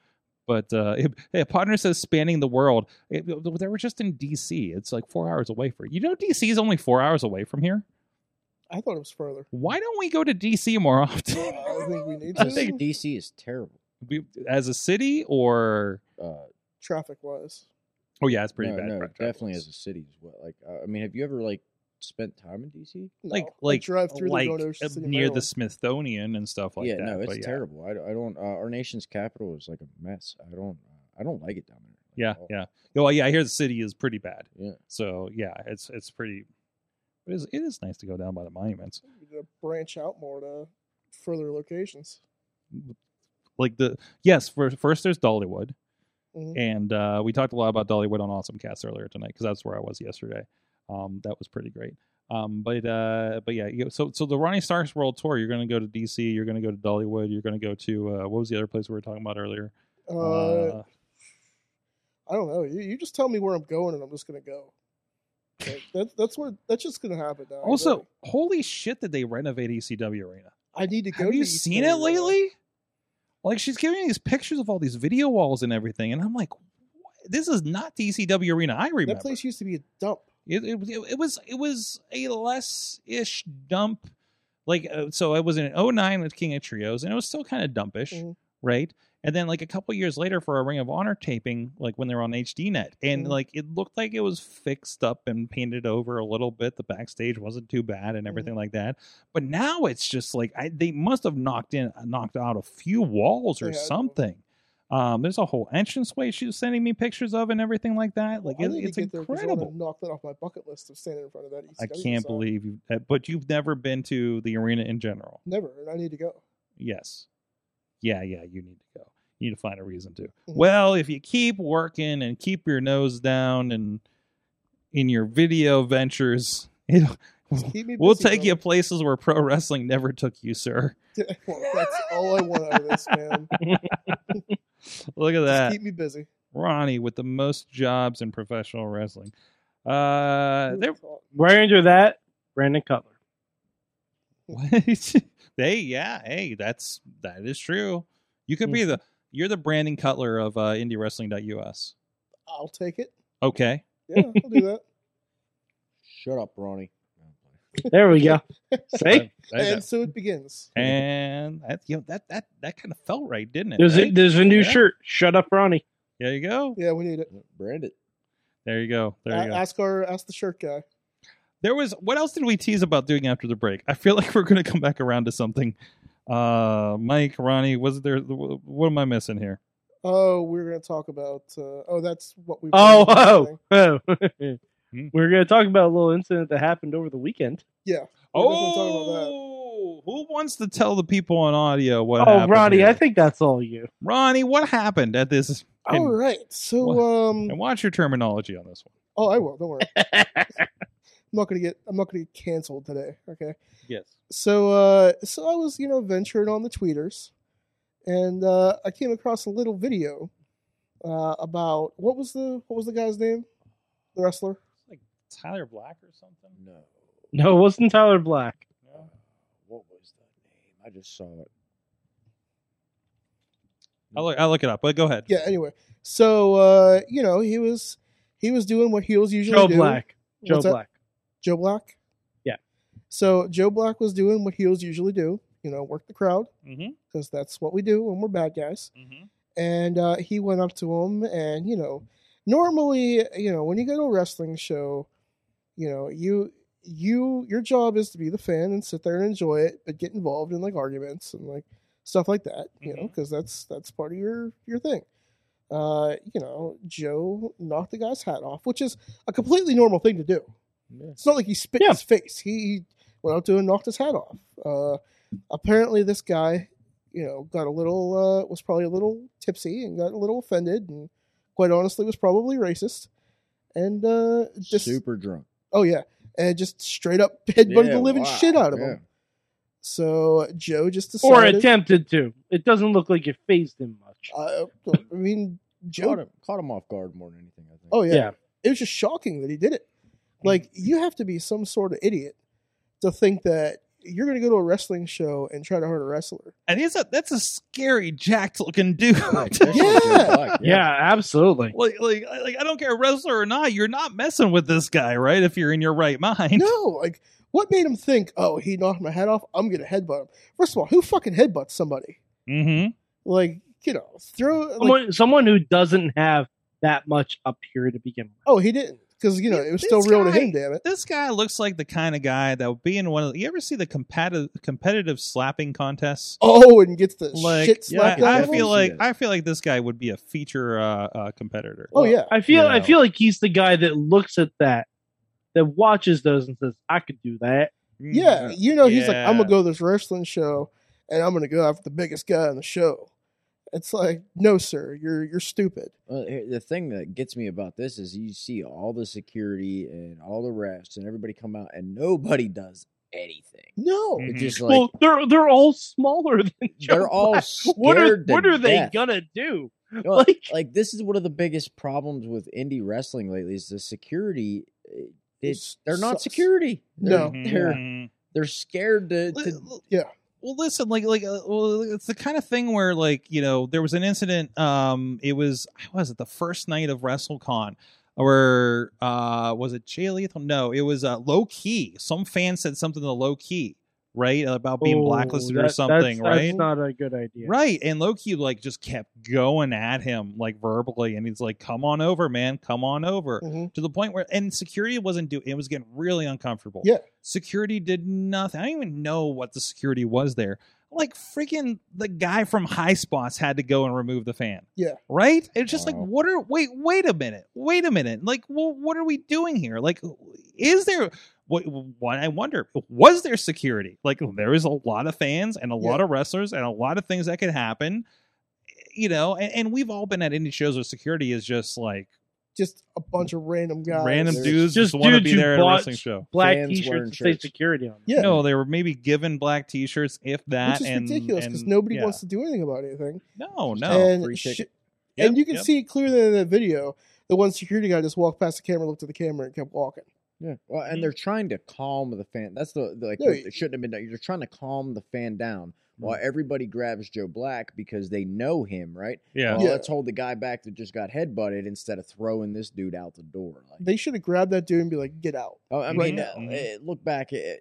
But uh, if, hey, a partner says spanning the world. It, they were just in D.C. It's like four hours away from you know D.C. is only four hours away from here.
I thought it was further.
Why don't we go to D.C. more often?
I think we need
I
to
think-
DC is terrible.
We- As a city, or
Uh,
traffic wise.
oh yeah, it's pretty
no,
bad.
no,
Right, right.
definitely as a city as well. Like, uh, I mean, have you ever like spent time in DC?
No,
like
I
like
drive through
like
the
uh, near the Smithsonian and stuff like
yeah,
that.
no, it's
but yeah.
terrible. I, I don't. Uh, our nation's capital is like a mess. I don't. I don't like oh, it down there. at
Yeah,
all.
yeah. Well, yeah, I hear the city is pretty bad.
Yeah.
So yeah, it's it's pretty. It is, it is nice to go down by the monuments,
to branch out more to further locations.
like the yes. For, first, there's Dollywood,
Mhm.
and uh, we talked a lot about Dollywood on Awesome Cast earlier tonight because that's where I was yesterday. Um, that was pretty great. Um, but uh, but yeah, you- so so the Ronnie Starks World Tour, you're going to go to DC, you're going to go to Dollywood, you're going to go to uh, what was the other place we were talking about earlier?
Uh, I don't know. You, you just tell me where I'm going, and I'm just gonna go. Like, that, that's what that's just gonna happen now.
also,
really.
holy shit! Did they renovate ECW Arena?
I need to go.
Have
to E
you
East
seen it
Carolina.
lately? Like she's giving me these pictures of all these video walls and everything, and I'm like, "What? this is not DCW arena. I remember
That place used to be a dump.
it, it, was- it was it was a less ish dump. Like uh, so, I was in 09 with King of Trios, and it was still kind of dumpish,
Mhm.
right? And then like a couple years later for a Ring of Honor taping, like when they were on HDNet, and
Mhm.
like it looked like it was fixed up and painted over a little bit. The backstage wasn't too bad
Mm-hmm.
and everything like that. But now it's just like I, they must have knocked in knocked out a few walls or
Yeah, I know.
something. Um, there's a whole entranceway she was sending me pictures of and everything like that. Like
I
it,
need
it's
to get there 'cause I
incredible.
want to knock that off my bucket list of standing in front of that. East
I can't believe you, uh, but you've never been to the arena in general.
Never, and I need to go.
Yes. Yeah, yeah, you need to go. You need to find a reason to.
Mm-hmm.
Well, if you keep working and keep your nose down and in your video ventures, it,
Just keep me
we'll
busy,
take you
brother.
places where pro wrestling never took you, sir.
Well, that's all I want out of this, man.
Look at
Just
that.
keep me busy.
Ronnie with the most jobs in professional wrestling. Uh, there,
Right under that, Brandon Cutler.
What? hey, yeah, hey, that's that is true. You could be the you're the Brandon Cutler of uh, IndieWrestling.us.
I'll take it.
Okay,
Yeah, I'll do that.
Shut up, Ronnie. Oh,
There we go. See,
and,
and so it begins.
and that you know that that that kind of felt right, didn't it?
there's a,
right?
there's a new
Yeah.
shirt. Shut up, Ronnie.
There you go.
Yeah, we need it.
Brand it.
There you go. There
A-
you go.
ask our ask the shirt guy.
There was what else did we tease about doing after the break? I feel like we're going to come back around to something. Uh, Mike, Ronnie, was there? What am I missing here?
Oh, we we're gonna talk about. Uh, oh, that's what we.
Oh,
oh.
whoa, whoa. We're gonna talk about a little incident that happened over the weekend.
yeah. We're definitely talking about that.
Oh, who wants to tell the people on audio what?
oh,
happened
Ronnie,
here?
I think that's all you.
Ronnie, what happened at this?
All
and,
right. So,
Wha-
um,
oh! and watch your terminology on this one.
oh, I will. Don't worry. I'm not gonna get. I'm not gonna get canceled today. Okay.
Yes.
So, uh, so I was, you know, venturing on the tweeters, and uh, I came across a little video uh, about what was the what was the guy's name, the wrestler.
Tyler Black or something.
No.
No, it wasn't Tyler Black.
Uh, what was that name? I just saw it.
I'll look, I'll look it up. But go ahead.
Yeah. Anyway, so uh, you know, he was he was doing what heels usually
Joe
do.
Black. Joe
What's that?
Black.
Joe Black.
Yeah.
So Joe Black was doing what heels usually do, you know, work the crowd
Mm-hmm.
because that's what we do when we're bad guys.
Mm-hmm.
And uh, he went up to him, and you know, normally, you know, when you go to a wrestling show, you know, you you your job is to be the fan and sit there and enjoy it, but get involved in like arguments and like stuff like that, you know, because that's that's part of your your thing. Uh, you know, Joe knocked the guy's hat off, which is a completely normal thing to do. It's not like he spit in
Yeah.
his face. He, he went out to and knocked his hat off. Uh, apparently, this guy, you know, got a little uh, was probably a little tipsy and got a little offended, and quite honestly, was probably racist. And uh, just
Super drunk.
oh yeah, and just straight up headbutted the living
wow,
shit out of
yeah.
him. So uh, Joe just
Or
decided.
attempted to. It doesn't look like it phased him much.
Oh,
Uh, I mean,
Caught
Joe.
him, caught him off guard more than anything, I think.
Oh yeah,
Yeah.
it was just shocking that he did it. Like you have to be some sort of idiot to think that you're going to go to a wrestling show and try to hurt a wrestler.
And he's a that's a scary jacked looking dude.
Especially Joe
Yeah.
Black,
Yeah, absolutely.
like, like like I don't care wrestler or not, you're not messing with this guy, right? If you're in your right mind.
No, like what made him think? Oh, he knocked my head off. I'm going to headbutt him. First of all, who fucking headbutts somebody?
Mm-hmm.
Like you know, throw. Like,
Someone, someone who doesn't have that much up here to begin with.
oh, he didn't. because you know
Yeah,
it was
this
still real to
guy-
him. Damn it!
This guy looks like the kind of guy that would be in one of. The, you ever see the competitive competitive slapping contests?
Oh, and gets the
Like,
shit
yeah,
slapped out
I
of him.
feel like
Yeah.
I feel like this guy would be a feature uh, uh, competitor.
Oh yeah,
I feel I
Yeah.
feel like he's the guy that looks at that, that watches those and says, "I could do that."
yeah.
Mm-hmm.
You know, he's like, I'm
Yeah.
gonna go to this wrestling show, and I'm gonna go after the biggest guy on the show. It's like, no, sir, you're you're stupid.
Well, here- the thing that gets me about this is you see all the security and all the refs and everybody come out and nobody does anything.
No,
Mhm.
It's just like
well, they're they're all smaller than Joe.
they're all
Black.
scared
What are
to
what are they
death.
gonna do?
Well,
like-
like, this is one of the biggest problems with indie wrestling lately is the security. eh, It's,
It's-
they're not
sucks.
security. They're,
No.
Mm-hmm.
uh,
they're they're scared to. to
Li-
yeah.
Well, listen, like, like, uh, well, it's the kind of thing where, like, you know, there was an incident. Um, it was, how was it the first night of WrestleCon, where uh, was it Jay Lethal? No, it was uh, low key. Some fan said something to low key, right, about being
Oh,
blacklisted or
that-
something,
that's,
right?
That's not a good idea.
Right, and Loki like just kept going at him like verbally, and he's like, "Come on over, man, come on over."
Mhm.
To the point where, and security wasn't doing. It was getting really uncomfortable.
Yeah.
security did nothing. I don't even know what the security was there. Like freaking the guy from High Spots had to go and remove the fan.
Yeah.
right. It's just like,
Wow.
what are? Wait, wait a minute, wait a minute. Like, well, what are we doing here? Like, is there? What, what I wonder was there security? Like there is a lot of fans and a lot of wrestlers and a lot of things that could happen, you know. And, and we've all been at indie shows where security is just like
just a bunch of random guys.
random
there's
dudes
just
just, want to
dudes
be
who
there at a
bought-
wrestling show.
Black
Fans
T-shirts
wearing
that say
shirts.
security on. them.
Yeah,
No, they were maybe given black T-shirts, if that,
which is
and
ridiculous because
and-
nobody
yeah.
wants to do anything about anything.
No,
Oh,
no,
and
free
shi-
ticket.
Yep,
and you can
yep.
see clearly in that video, the one security guy just walked past the camera, looked at the camera, and kept walking.
yeah. Well, and they're trying to calm the fan. That's the, the like
mm-hmm. No,
what
you-
it shouldn't have been done. You're trying to calm the fan down while
Mm-hmm.
everybody grabs Joe Black because they know him, right?
yeah.
Well,
Yeah.
Oh, let's hold the guy back that just got headbutted instead of throwing this dude out the door. Like,
They should have grabbed that dude and be like, "Get out!"
Oh, I
Right
mean,
now.
uh, eh, look back at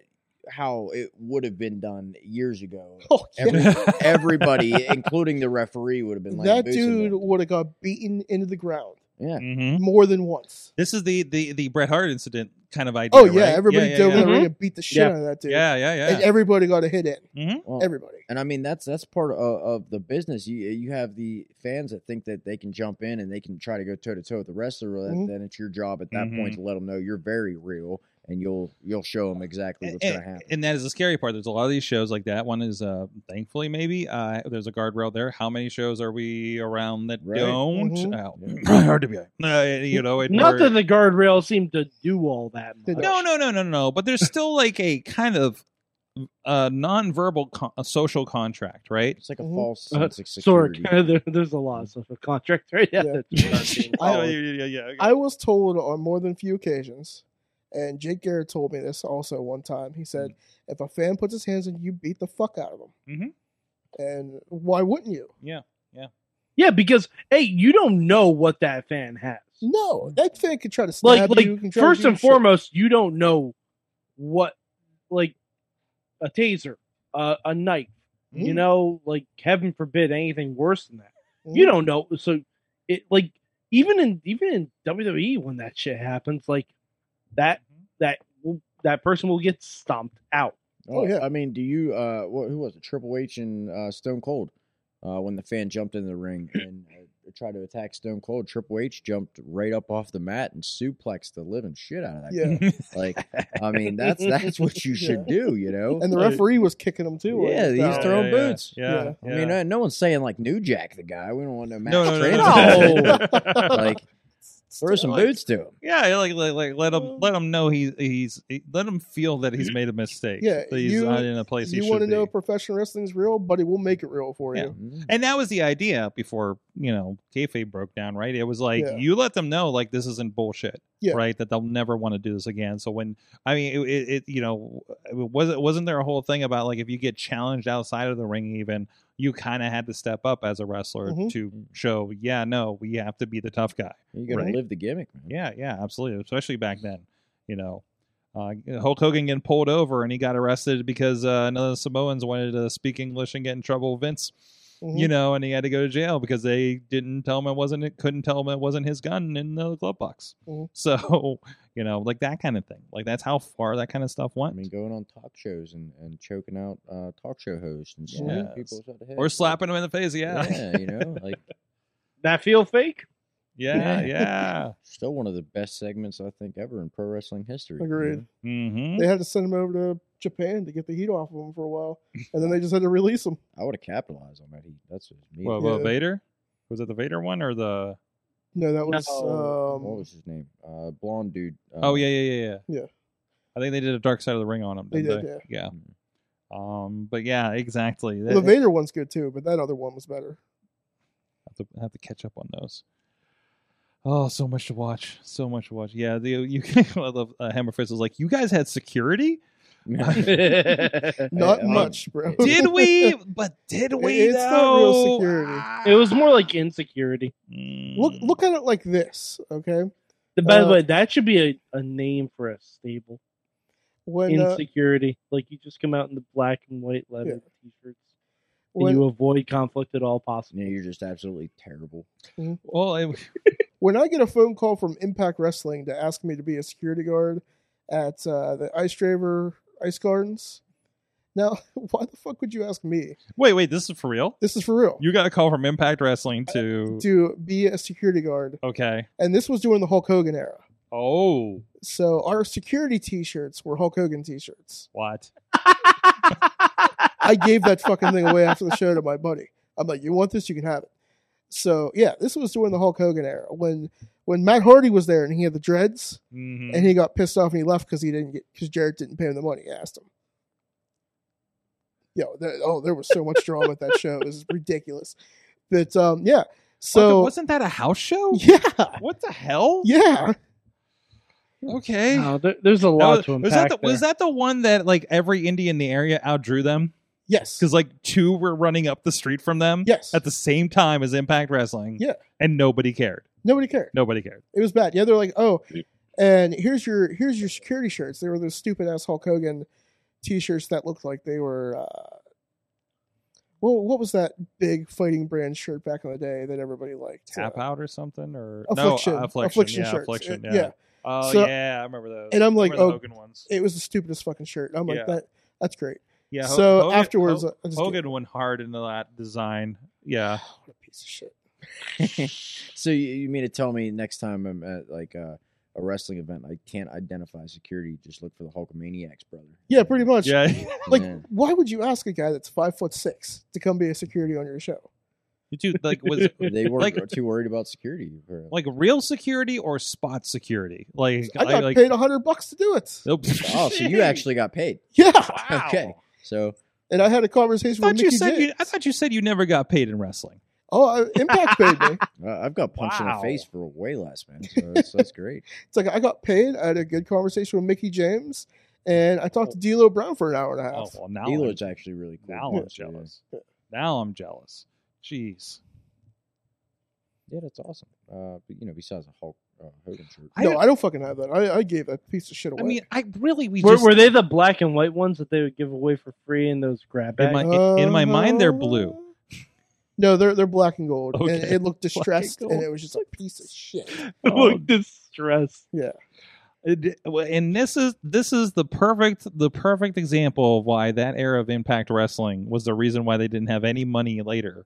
how it would have been done years ago.
Oh, yeah.
Every- Everybody, including the referee, would have been like,
that dude would have got beaten into the ground
Yeah,
Mhm.
more than once.
This is the the the Bret Hart incident kind of idea.
Oh yeah,
right?
everybody
yeah,
dove
yeah,
in the
yeah.
ring and beat the shit
Yeah.
out of that dude.
yeah, yeah, yeah.
and everybody got a hit in.
well,
Everybody.
and I mean that's that's part of, of the business. You you have the fans that think that they can jump in and they can try to go toe to toe with the wrestler.
Mhm.
and Then it's your job at that point to let them know you're very real and you'll you'll show them exactly what's
and,
going to happen.
and that is the scary part. There's a lot of these shows like that. One is, uh, thankfully, maybe uh, there's a guardrail there. How many shows are we around that
Right.
don't?
Mm-hmm.
Mhm.
Uh, RWA. Uh, you know, it,
Not
or-
that the guardrail seemed to do all that.
They
Much.
don't.
no, no, no, no, no. But there's still like a kind of uh, nonverbal con- a social contract, right?
It's like a
Mhm.
false
Uh,
sense of
Sorry,
security.
there, there's a lot of social contract right
Yeah.
now.
I-
Oh, yeah, yeah, yeah.
I was told on more than a few occasions, and Jake Garrett told me this also one time. He said, "If a fan puts his hands in, you beat the fuck out of him."
Mhm.
And why wouldn't you?
Yeah, because hey, you don't know what that fan has.
No, that fan could try to
Like,
stab you. can
like
try to
first
do
and
shit.
foremost, you don't know what, like, a taser, uh, a knife. You
Mhm.
know, like heaven forbid anything worse than that.
Mm.
You don't know. So it like even in even in WWE when that shit happens, like that that
Mm-hmm.
that person will get stomped out.
Oh,
Oh
yeah.
yeah. I mean, do you? Uh, wh- who was it? Triple H and uh, Stone Cold. Uh, when the fan jumped in the ring and uh, tried to attack Stone Cold, Triple H jumped right up off the mat and suplexed the living shit out of that.
Yeah,
guy. Like, I mean, that's that's what you should do, you know.
and the referee was kicking him too. uh,
Yeah,
wasn't he?
he's
So-
throwing
yeah,
boots.
Yeah,
Yeah.
I mean, uh, no one's saying like New Jack the guy. We don't want no match.
no, no, no,
Transit.
no.
like throw some boots to him.
Yeah, like, like, like let him let him know he's he's let him feel that he's made a mistake.
Yeah,
that he's
you-
not in a place
you
he
want
should
to know
be.
if professional wrestling's real, buddy? We'll make it real for
Yeah.
Mm-hmm.
you.
And that was the idea before you know kayfabe broke down, right? It was like
Yeah.
you let them know like this isn't bullshit,
Yeah.
right? That they'll never want to do this again. So when I mean, it, it, it you know was it wasn't there a whole thing about like if you get challenged outside of the ring, even you kind of had to step up as a wrestler
Mhm.
to show, yeah, no, we have to be the tough guy.
You gotta
Right.
live the gimmick, man.
Yeah, yeah, absolutely. Especially back then, you know. Uh, Hulk Hogan getting pulled over and he got arrested because uh, another Samoans wanted to speak English and get in trouble with Vince.
Mhm.
you know, and he had to go to jail because they didn't tell him it wasn't it couldn't tell him it wasn't his gun in the glove box.
Mhm.
So, you know, like that kind of thing. Like that's how far that kind of stuff
I
went.
mean, going on talk shows and, and choking out uh, talk show hosts and slapping
Yes.
people upside the head.
or
like,
slapping him in the face, yeah. Yeah,
yeah, you know, like
That feel fake?
yeah.
Yeah.
yeah.
still one of the best segments I think ever in pro wrestling history. you
Agreed.
know?
hmm
They had to send him over to Japan to get the heat off of him for a while, and then they just had to release him.
I would have capitalized on that. He that's his meat.
Well,
Yeah.
Vader? Was it the Vader one or the
No, that was
No.
what
um,
was his name? Uh, blonde dude. Uh,
Oh yeah, yeah, yeah, yeah.
Yeah.
I think they did a dark side of the ring on him,
They
didn't they?
did,
Yeah. Um, but yeah, exactly.
well, the Vader one's good too, but that other one was better.
have to, have to catch up on those. Oh, so much to watch, so much to watch. Yeah, the you. I love uh, Hammer Fist was like, you guys had security,
it
Not
I- I-
much, bro.
did we? But did we?
It's not real
though?
security.
Ah.
It was more like insecurity.
Mm.
look look at it like this, okay?
The- By the
Uh,
way, that should be a, a name for a stable.
When uh,
Insecurity. Like you just come out in the black and white leather t shirts. And
when
you avoid conflict at all possible.
Yeah, you're just absolutely terrible.
Well, it,
when I get a phone call from Impact Wrestling to ask me to be a security guard at uh, the Ice Draver Ice Gardens, now why the fuck would you ask me?
wait, wait. This is for real.
This is for real.
You got a call from Impact Wrestling to.
to be a security guard,
Okay.
and this was during the Hulk Hogan era.
Oh,
So our security T-shirts were Hulk Hogan T-shirts.
what?
I gave that fucking thing away after the show to my buddy. I'm like, you want this? You can have it. So yeah, this was during the Hulk Hogan era when when Matt Hardy was there and he had the dreads
Mhm.
and he got pissed off and he left because he didn't get because Jared didn't pay him the money. He asked him. Yo, there, oh, there was so much drama at that show. It was ridiculous. But um, yeah, so
wasn't that a house show?
yeah,
What the hell?
yeah.
Okay.
No, there, there's a
That
lot
was,
to
was that
unpack.
the, was
there.
that the one that like every indie in the area outdrew them?
Yes.
because like two were running up the street from them
Yes.
at the same time as Impact Wrestling.
Yeah.
and nobody cared.
Nobody cared.
Nobody cared.
It was bad. Yeah, they're like, oh, and here's your here's your security shirts. They were those stupid ass Hulk Hogan t-shirts that looked like they were. Uh, well, what was that big fighting brand shirt back in the day that everybody liked?
Tap
Uh,
out or something or
affliction,
no uh, affliction,
affliction
yeah,
shirts.
affliction,
Uh,
yeah. Oh
So-
yeah, I remember those.
and I'm
I
like,
remember the
oh,
Hogan ones.
it was the stupidest fucking shirt. And I'm like,
Yeah.
that that's great.
Yeah. Ho-
so
Hogan-
afterwards, uh,
Ho-
I just
Hogan went hard into that design. Yeah.
what a piece of shit.
so you, you mean to tell me next time I'm at like uh, a wrestling event, I can't identify security? Just look for the Hulkamaniacs, brother.
Yeah, pretty much.
Yeah.
Like,
Yeah.
why would you ask a guy that's five foot six to come be a security on your show?
you two like was
they weren't
Like-
too worried about security. apparently.
like real security or spot security. Like
I got
like.
paid a hundred bucks to do it.
Nope.
oh, so you actually got paid?
Yeah,
Wow.
Okay, so
and I had a
I
conversation with
thought you
Mickey
said
J.
you, I thought you said you never got paid in wrestling.
Oh, I- Impact paid me.
uh, I've got punched in
Wow.
the face for way less, man. So that's, that's great.
It's like I got paid. I had a good conversation with Mickey James, and I talked to D'Lo Brown for an hour and a
Oh
half.
well, now I'm
Elo's actually really cool.
Now I'm
So, yeah.
jealous. Now I'm jealous. Jeez.
Yeah, that's awesome. Uh, but, you know, besides the Hulk uh, Hogan shirt,
I
no,
don't-
I don't fucking have that. I, I gave that piece of shit away.
I mean, I really we
Were,
just
were they the black and white ones that they would give away for free in those grab
In
bags?
my- in my mind, they're blue.
Uh, No, they're they're black and gold, and
Okay.
it looked distressed,
gold.
and it was just a piece of shit. Um,
Oh.
Look, distress.
It- uh, and this is this is the perfect the perfect example of why that era of Impact Wrestling was the reason why they didn't have any money later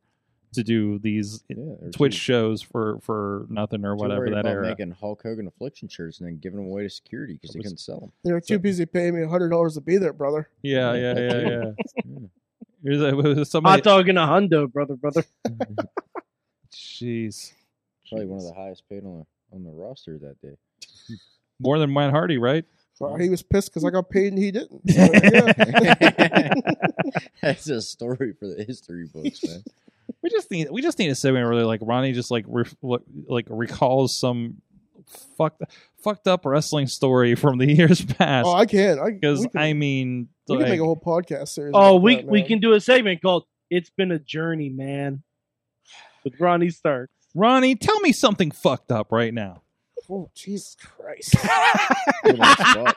to do these
yeah, they're
Twitch
too-
shows for for nothing or
too
whatever
worried
that
about
era.
making Hulk Hogan affliction shirts and then giving them away to security because they
Was-
couldn't sell them.
They were too busy paying me hundred dollars to be there, brother.
Yeah, yeah, yeah, yeah.
Yeah.
Here's a- it was
Hot
somebody.
dog and a hundo, brother, brother.
Jeez,
Probably one of
Jeez.
the highest paid on the on the roster that day.
more than Matt Hardy, right?
Well, Uh, he was pissed because I got paid and he didn't. So, yeah.
That's a story for the history books, man.
We just need we just need a segment where like Ronnie just like re- like recalls some fucked fucked up wrestling story from the years past.
oh, I can. I
Because
we can,
I mean,
we can
like,
make a whole podcast series.
Oh,
about
we
that,
we
man.
can do a segment called "It's Been a Journey, Man" with Ronnie Stark.
Ronnie, tell me something fucked up right now.
Oh, Jesus Christ.
Put 'em on the spot.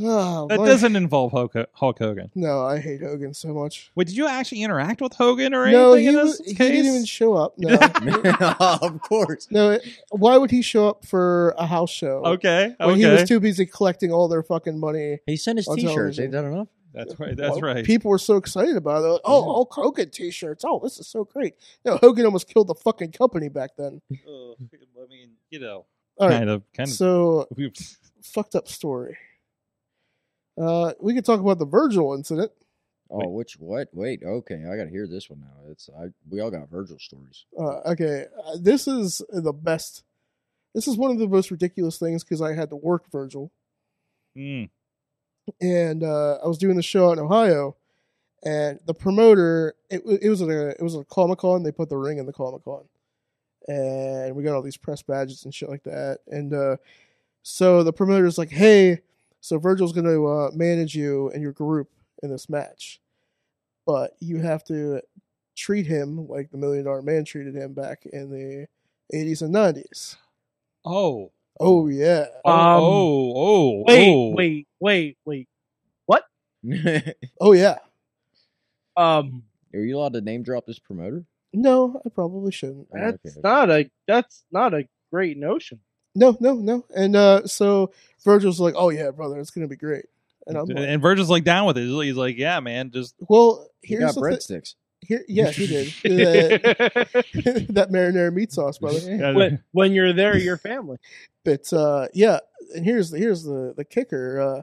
Oh,
That
my-
doesn't involve Hulk, Hulk Hogan.
No, I hate Hogan so much.
Wait, did you actually interact with Hogan or
No,
anything
he,
in
was,
this
he
case?
didn't even show up. No,
of course.
no. it- Why would he show up for a house show?
okay,
When
okay,
he was too busy collecting all their fucking money.
He sent his
On
T-shirts.
television.
Ain't that enough?
that's right, that's
Well,
right.
People were so excited about it. They're like, oh, Hulk Hogan t-shirts. Oh, this is so great. No, Hogan almost killed the fucking company back then.
Ugh, I mean, you know,
All right.
kind of, kind of.
So
Oops.
fucked up story. Uh, we could talk about the Virgil incident.
Oh,
Wait.
which what? Wait, okay, I gotta hear this one now. It's I. We all got Virgil stories.
Uh, okay, uh, this is the best. This is one of the most ridiculous things because I had to work Virgil,
Mm.
and uh, I was doing the show out in Ohio, and the promoter it, wa- it was at a it was a Comic Con. They put the ring in the Comic Con, and we got all these press badges and shit like that. And uh, so the promoter's like, "Hey, so Virgil's going to uh, manage you and your group in this match, but you have to treat him like the Million Dollar Man treated him back in the." 80s and 90s.
Oh,
Oh yeah.
oh,
Um,
oh, oh,
Wait,
oh.
wait, wait, wait.
Are
Oh yeah.
Um,
you allowed to name drop this promoter?
No, I probably shouldn't.
Oh,
that's
okay.
not a that's not a great notion.
No, no, no. And uh, so Virgil's like, "Oh yeah, brother, it's gonna be great." And I'm like,
and Virgil's like down with it. He's like, yeah, man, just
"Well,
He
here's
got
the thi-
breadsticks.
here, yeah, he did that, that marinara meat sauce, brother."
when, when you're there, you're family.
But uh, yeah, and here's the here's the the kicker. Uh,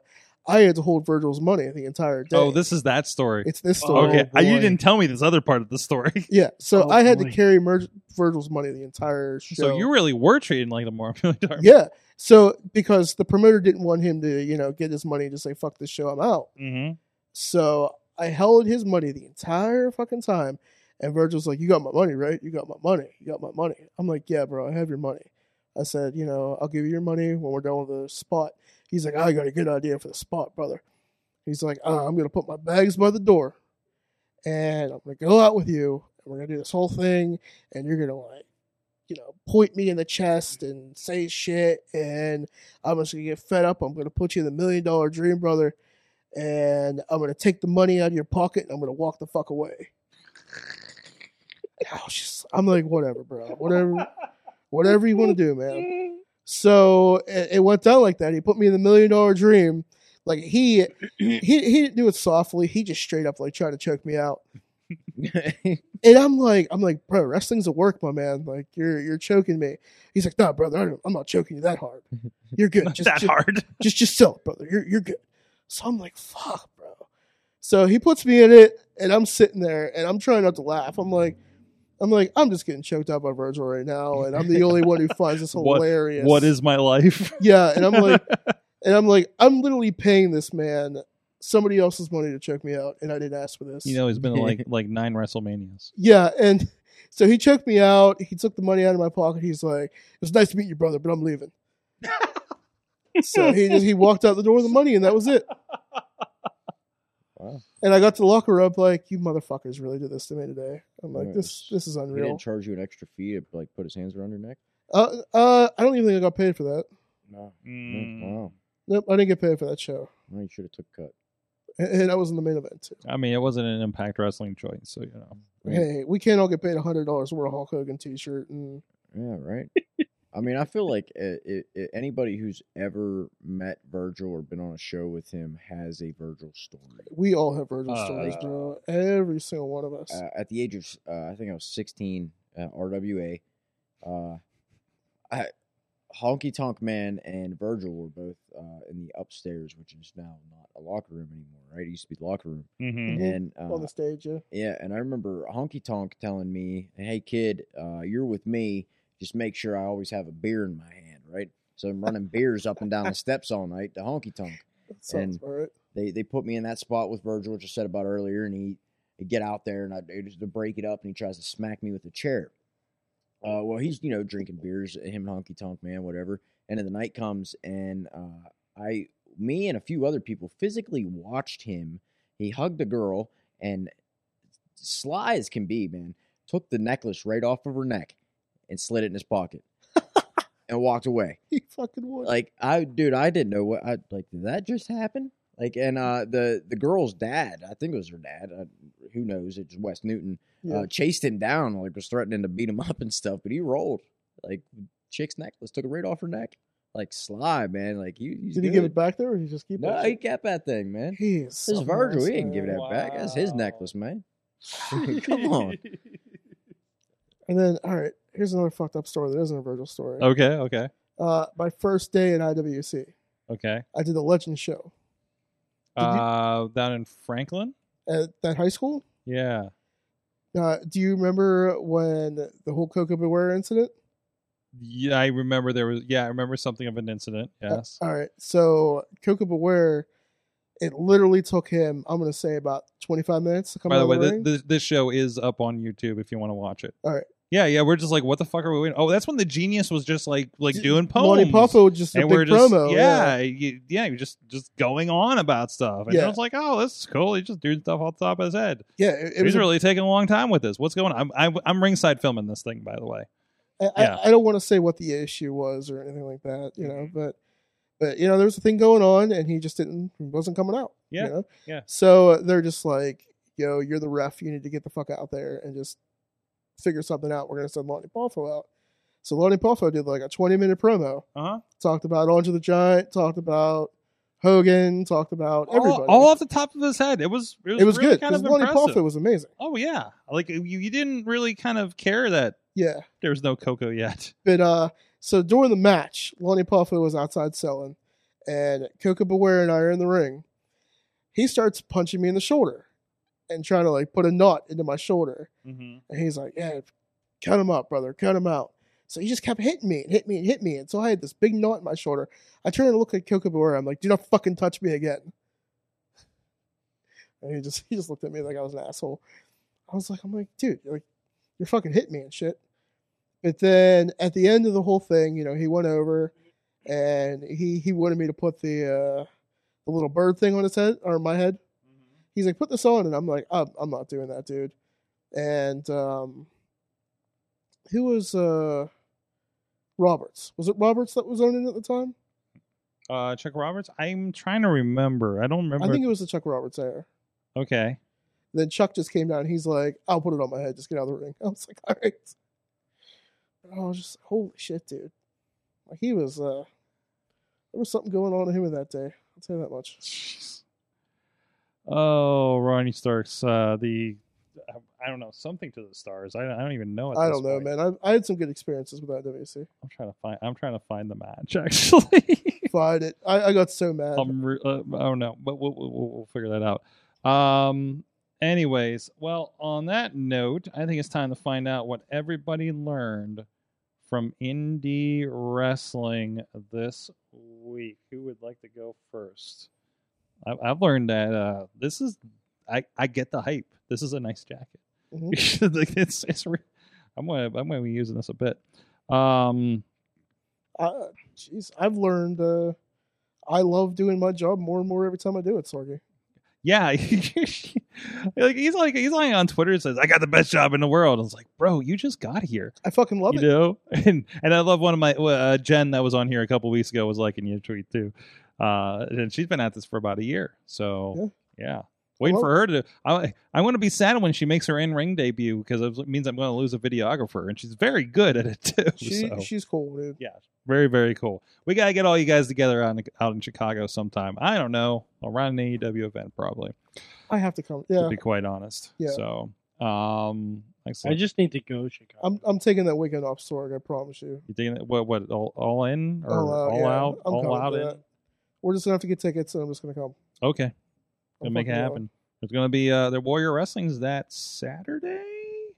I had to hold Virgil's money the entire day.
oh, this is that story.
it's this story.
okay, I- you
boy.
didn't tell me this other part of the story.
Yeah, so
Oh,
I had
boy.
to carry Mer- Virgil's money the entire show.
So you really were treating like the Mormon Dark.
yeah. So because the promoter didn't want him to, you know, get his money and just say fuck this show, I'm out.
hmm
So I held his money the entire fucking time. And Virgil's like, You got my money, right? You got my money. You got my money. I'm like, Yeah, bro, I have your money. I said, You know, I'll give you your money when we're done with the spot. He's like, I got a good idea for the spot, brother. He's like, uh, I'm going to put my bags by the door and I'm going to go out with you. And we're going to do this whole thing. And you're going to, like, you know, point me in the chest and say shit. And I'm just going to get fed up. I'm going to put you in the million dollar dream, brother and I'm gonna take the money out of your pocket and I'm gonna walk the fuck away. I was just- I'm like, whatever, bro. Whatever, whatever you want to do, man. So it, it went down like that. He put me in the million dollar dream. Like he, he, he didn't do it softly. He just straight up like tried to choke me out. And I'm like, I'm like, bro, wrestling's a work, my man. Like you're you're choking me. He's like, nah, brother, I don't, I'm not choking you that hard. You're good.
Not
Just-
that
just-
hard.
just just sell it, brother. You're you're good. So I'm like, fuck, bro. So he puts me in it, and I'm sitting there, and I'm trying not to laugh. I'm like, I'm like, I'm just getting choked out by Virgil right now, and I'm the only one who finds this
What-
hilarious.
What is my life?
Yeah, and I'm like, and I'm like, I'm literally paying this man somebody else's money to choke me out, and I didn't ask for this.
you know, it's been like like nine WrestleManias.
Yeah, and so he choked me out. He took the money out of my pocket. He's like, "It was nice to meet you, brother, but I'm leaving." so he just, he walked out the door with the money, and that was it.
Wow.
And I got to the locker room like, "You motherfuckers really did this to me today." I'm like,
Right.
"This this is
He didn't
unreal."
charge you an extra fee to like put his hands around your neck.
Uh, uh, I don't even think I got paid for that.
No.
Mm.
Wow.
Nope, I didn't get paid for that show,
Well, you should have took a cut.
and, and I was in the main event too.
I mean, it wasn't an Impact Wrestling joint, so you know.
Right.
Hey, we can't all get paid hundred dollars to wear a Hulk Hogan T-shirt, and
Yeah, right. I mean, I feel like uh it, it, anybody who's ever met Virgil or been on a show with him has a Virgil story.
we all have Virgil
Uh,
stories, bro. Every single one of us.
uh, at the age of uh, I think I was 16, uh, RWA. Uh, I, Honky Tonk Man and Virgil were both uh, in the upstairs, which is now not a locker room anymore, right? It used to be the locker room,
Mm-hmm.
Mhm.
and uh,
on the stage, yeah.
yeah, and I remember Honky Tonk telling me, "Hey kid, uh, you're with me. Just make sure I always have a beer in my hand, right?" So I'm running beers up and down the steps all night to Honky Tonk
That sounds
And-
about right.
they they put me in that spot with Virgil, which I said about earlier, and he I get out there and I, I just to break it up, and he tries to smack me with a chair. Uh, well, he's you know drinking beers, him and Honky Tonk Man, whatever. And then the night comes, and uh, I, me, and a few other people physically watched him. He hugged a girl, and sly as can be, man, took the necklace right off of her neck and slid it in his pocket. and walked away.
He fucking would.
like I dude, I didn't know what I like did that just happen? Like and uh the the girl's dad, I think it was her dad, uh, who knows, it's Wes Newton,
Yeah.
uh chased him down, like was threatening to beat him up and stuff, but he rolled. Like chick's necklace took it right off her neck. Like sly, man. Like he, he's
Did he give
good.
it back there, or did he just keep
No,
it?
he kept that thing, man.
He is
This is
something
Virgil,
else,
he didn't
man.
give that back. That's his
Wow.
necklace, man. Come on.
And then, all right, here's another fucked up story that isn't a Virgil story.
Okay, okay,
Uh, my first day at IWC,
okay.
I did the Legend show you-
Uh, down in Franklin.
at that high school.
Yeah.
Uh, do you remember when the whole Coco Beware incident?
Yeah, I remember there was. Yeah, I remember something of an incident.
Uh,
Yes.
All right, so Coco Beware, it literally took him, I'm going to say, about 25 minutes to come
By
out
the
of
way,
the
th
ring.
th- this show is up on YouTube if you want to watch it.
All right.
Yeah, yeah, we're just like, what the fuck are we waiting? Oh, that's when the genius was just like, like
D-
doing poems.
Monty Python just a
and
big
we're just,
promo.
yeah, you, yeah, you're just just going on about stuff, and
Yeah.
I was like, oh, this is cool. He's just doing stuff off the top of his head.
yeah, it, it
He's
was a-
really taking a long time with this. What's going on? I'm, I'm, I'm ringside filming this thing, by the way.
I, I-
Yeah. Mm-hmm.
I don't want to say what the issue was or anything like that, you know, but but you know, there was a thing going on and he just didn't he wasn't coming out.
Yeah,
You know?
yeah.
So they're just like, yo, you're the ref, you need to get the fuck out there and just figure something out. We're gonna send Lonnie Poffo out. So Lonnie Poffo did like a twenty minute promo.
Uh huh.
Talked about Andre the Giant, talked about Hogan, talked about
All,
everybody.
all off the top of his head. It was it was,
it was
really
good
Kind
because
of
Lonnie
impressive.
Poffo was amazing.
Oh yeah, like you, you didn't really kind of care that
Yeah.
there was no Coco yet.
But uh, so during the match, Lonnie Poffo was outside selling, and Coco Beware and I are in the ring. He starts punching me in the shoulder and trying to like put a knot into my shoulder.
Mm-hmm.
And he's like, Yeah, cut him up, brother, cut him out. So he just kept hitting me and hit me and hit me. And so I had this big knot in my shoulder. I turned and looked at Coco Beware. I'm like, Do not fucking touch me again. And he just he just looked at me like I was an asshole. I was like, I'm like, dude, you're like you're fucking hit me and shit. But then at the end of the whole thing, you know, he went over and he he wanted me to put the uh the little bird thing on his head or my head. He's like, put this on, and I'm like, I'm, I'm not doing that, dude. And um, who was uh Roberts? Was it Roberts that was on it at the time?
Uh, Chuck Roberts. I'm trying to remember. I don't remember.
I think it was the Chuck Roberts era.
okay.
Then Chuck just came down. And he's like, I'll put it on my head. Just get out of the ring. I was like, all right. And I was just like, holy shit, dude. Like he was, uh, there was something going on in him that day. I'll tell you that much.
Oh, Ronnie Stark's uh, the I don't know something to the stars. I, I don't even know. At
I
this
don't know,
point.
man. I, I had some good experiences with IWC.
I'm trying to find. I'm trying to find the match actually.
Find it. I, I got so mad.
I'm re- uh, I don't know, but we'll, we'll, we'll we'll figure that out. Um. Anyways, well, on that note, I think it's time to find out what everybody learned from indie wrestling this week. Who would like to go first? I, I've learned that uh, this is. I, I get the hype. This is a nice jacket. like it's it's. Re- I'm gonna I'm gonna be using this a bit. Um.
I, jeez, I've learned, uh, I love doing my job more and more every time I do it, Sorgy.
yeah like he's like he's like on twitter and says i got the best job in the world i was like bro you just got here
I fucking love
you
it.
know and and i love one of my uh, jen that was on here a couple weeks ago was liking your tweet too uh and she's been at this for about a year so yeah, Waiting
Well-
for her to, I I want to be sad when she makes her in ring debut because it means I'm going to lose a videographer, and she's very good at it too.
She,
so.
She's cool, dude.
Yeah, very very cool. We gotta get all you guys together out in, out in Chicago sometime. I don't know around an AEW event probably.
I have to come.
To
Yeah.
be quite honest,
Yeah.
So, um,
I
excellent.
just need to go Chicago.
I'm, I'm taking that weekend off, Sorg. I promise you.
you digging it? What what all, all in or all out? All
yeah.
out,
I'm coming for
in?
that. We're just gonna have to get tickets, and I'm just gonna come.
Okay,
I'm
gonna make it
fucking going.
happen. There's gonna be uh, the Warrior Wrestling's that Saturday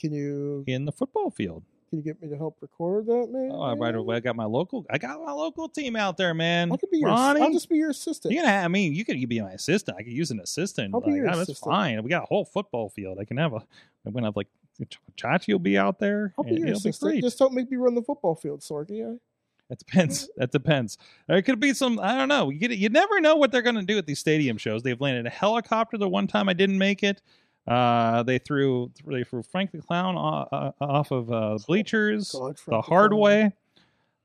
Can you
in the football field.
can you get me to help record that, man?
Oh, I right away. I got my local. I got my local team out there, man.
I could be your.
Ronnie,
I'll just be your assistant.
You can have, I mean, you could be my assistant. I could use an assistant.
I'll be
Like,
your
ah, that's
assistant.
fine. We got a whole football field. I can have a. I'm gonna have like Ch- Chachi will be out there.
I'll be
and
your
it'll
assistant.
great.
Just don't make me run the football field, Sorky. I-
That depends. That depends. There could be some. I don't know. You get, you never know what they're going to do at these stadium shows. They've landed a helicopter the one time I didn't make it. Uh, they threw they threw Frank the Clown off, uh, off of uh, bleachers
God,
the
Frank,
hard
come on.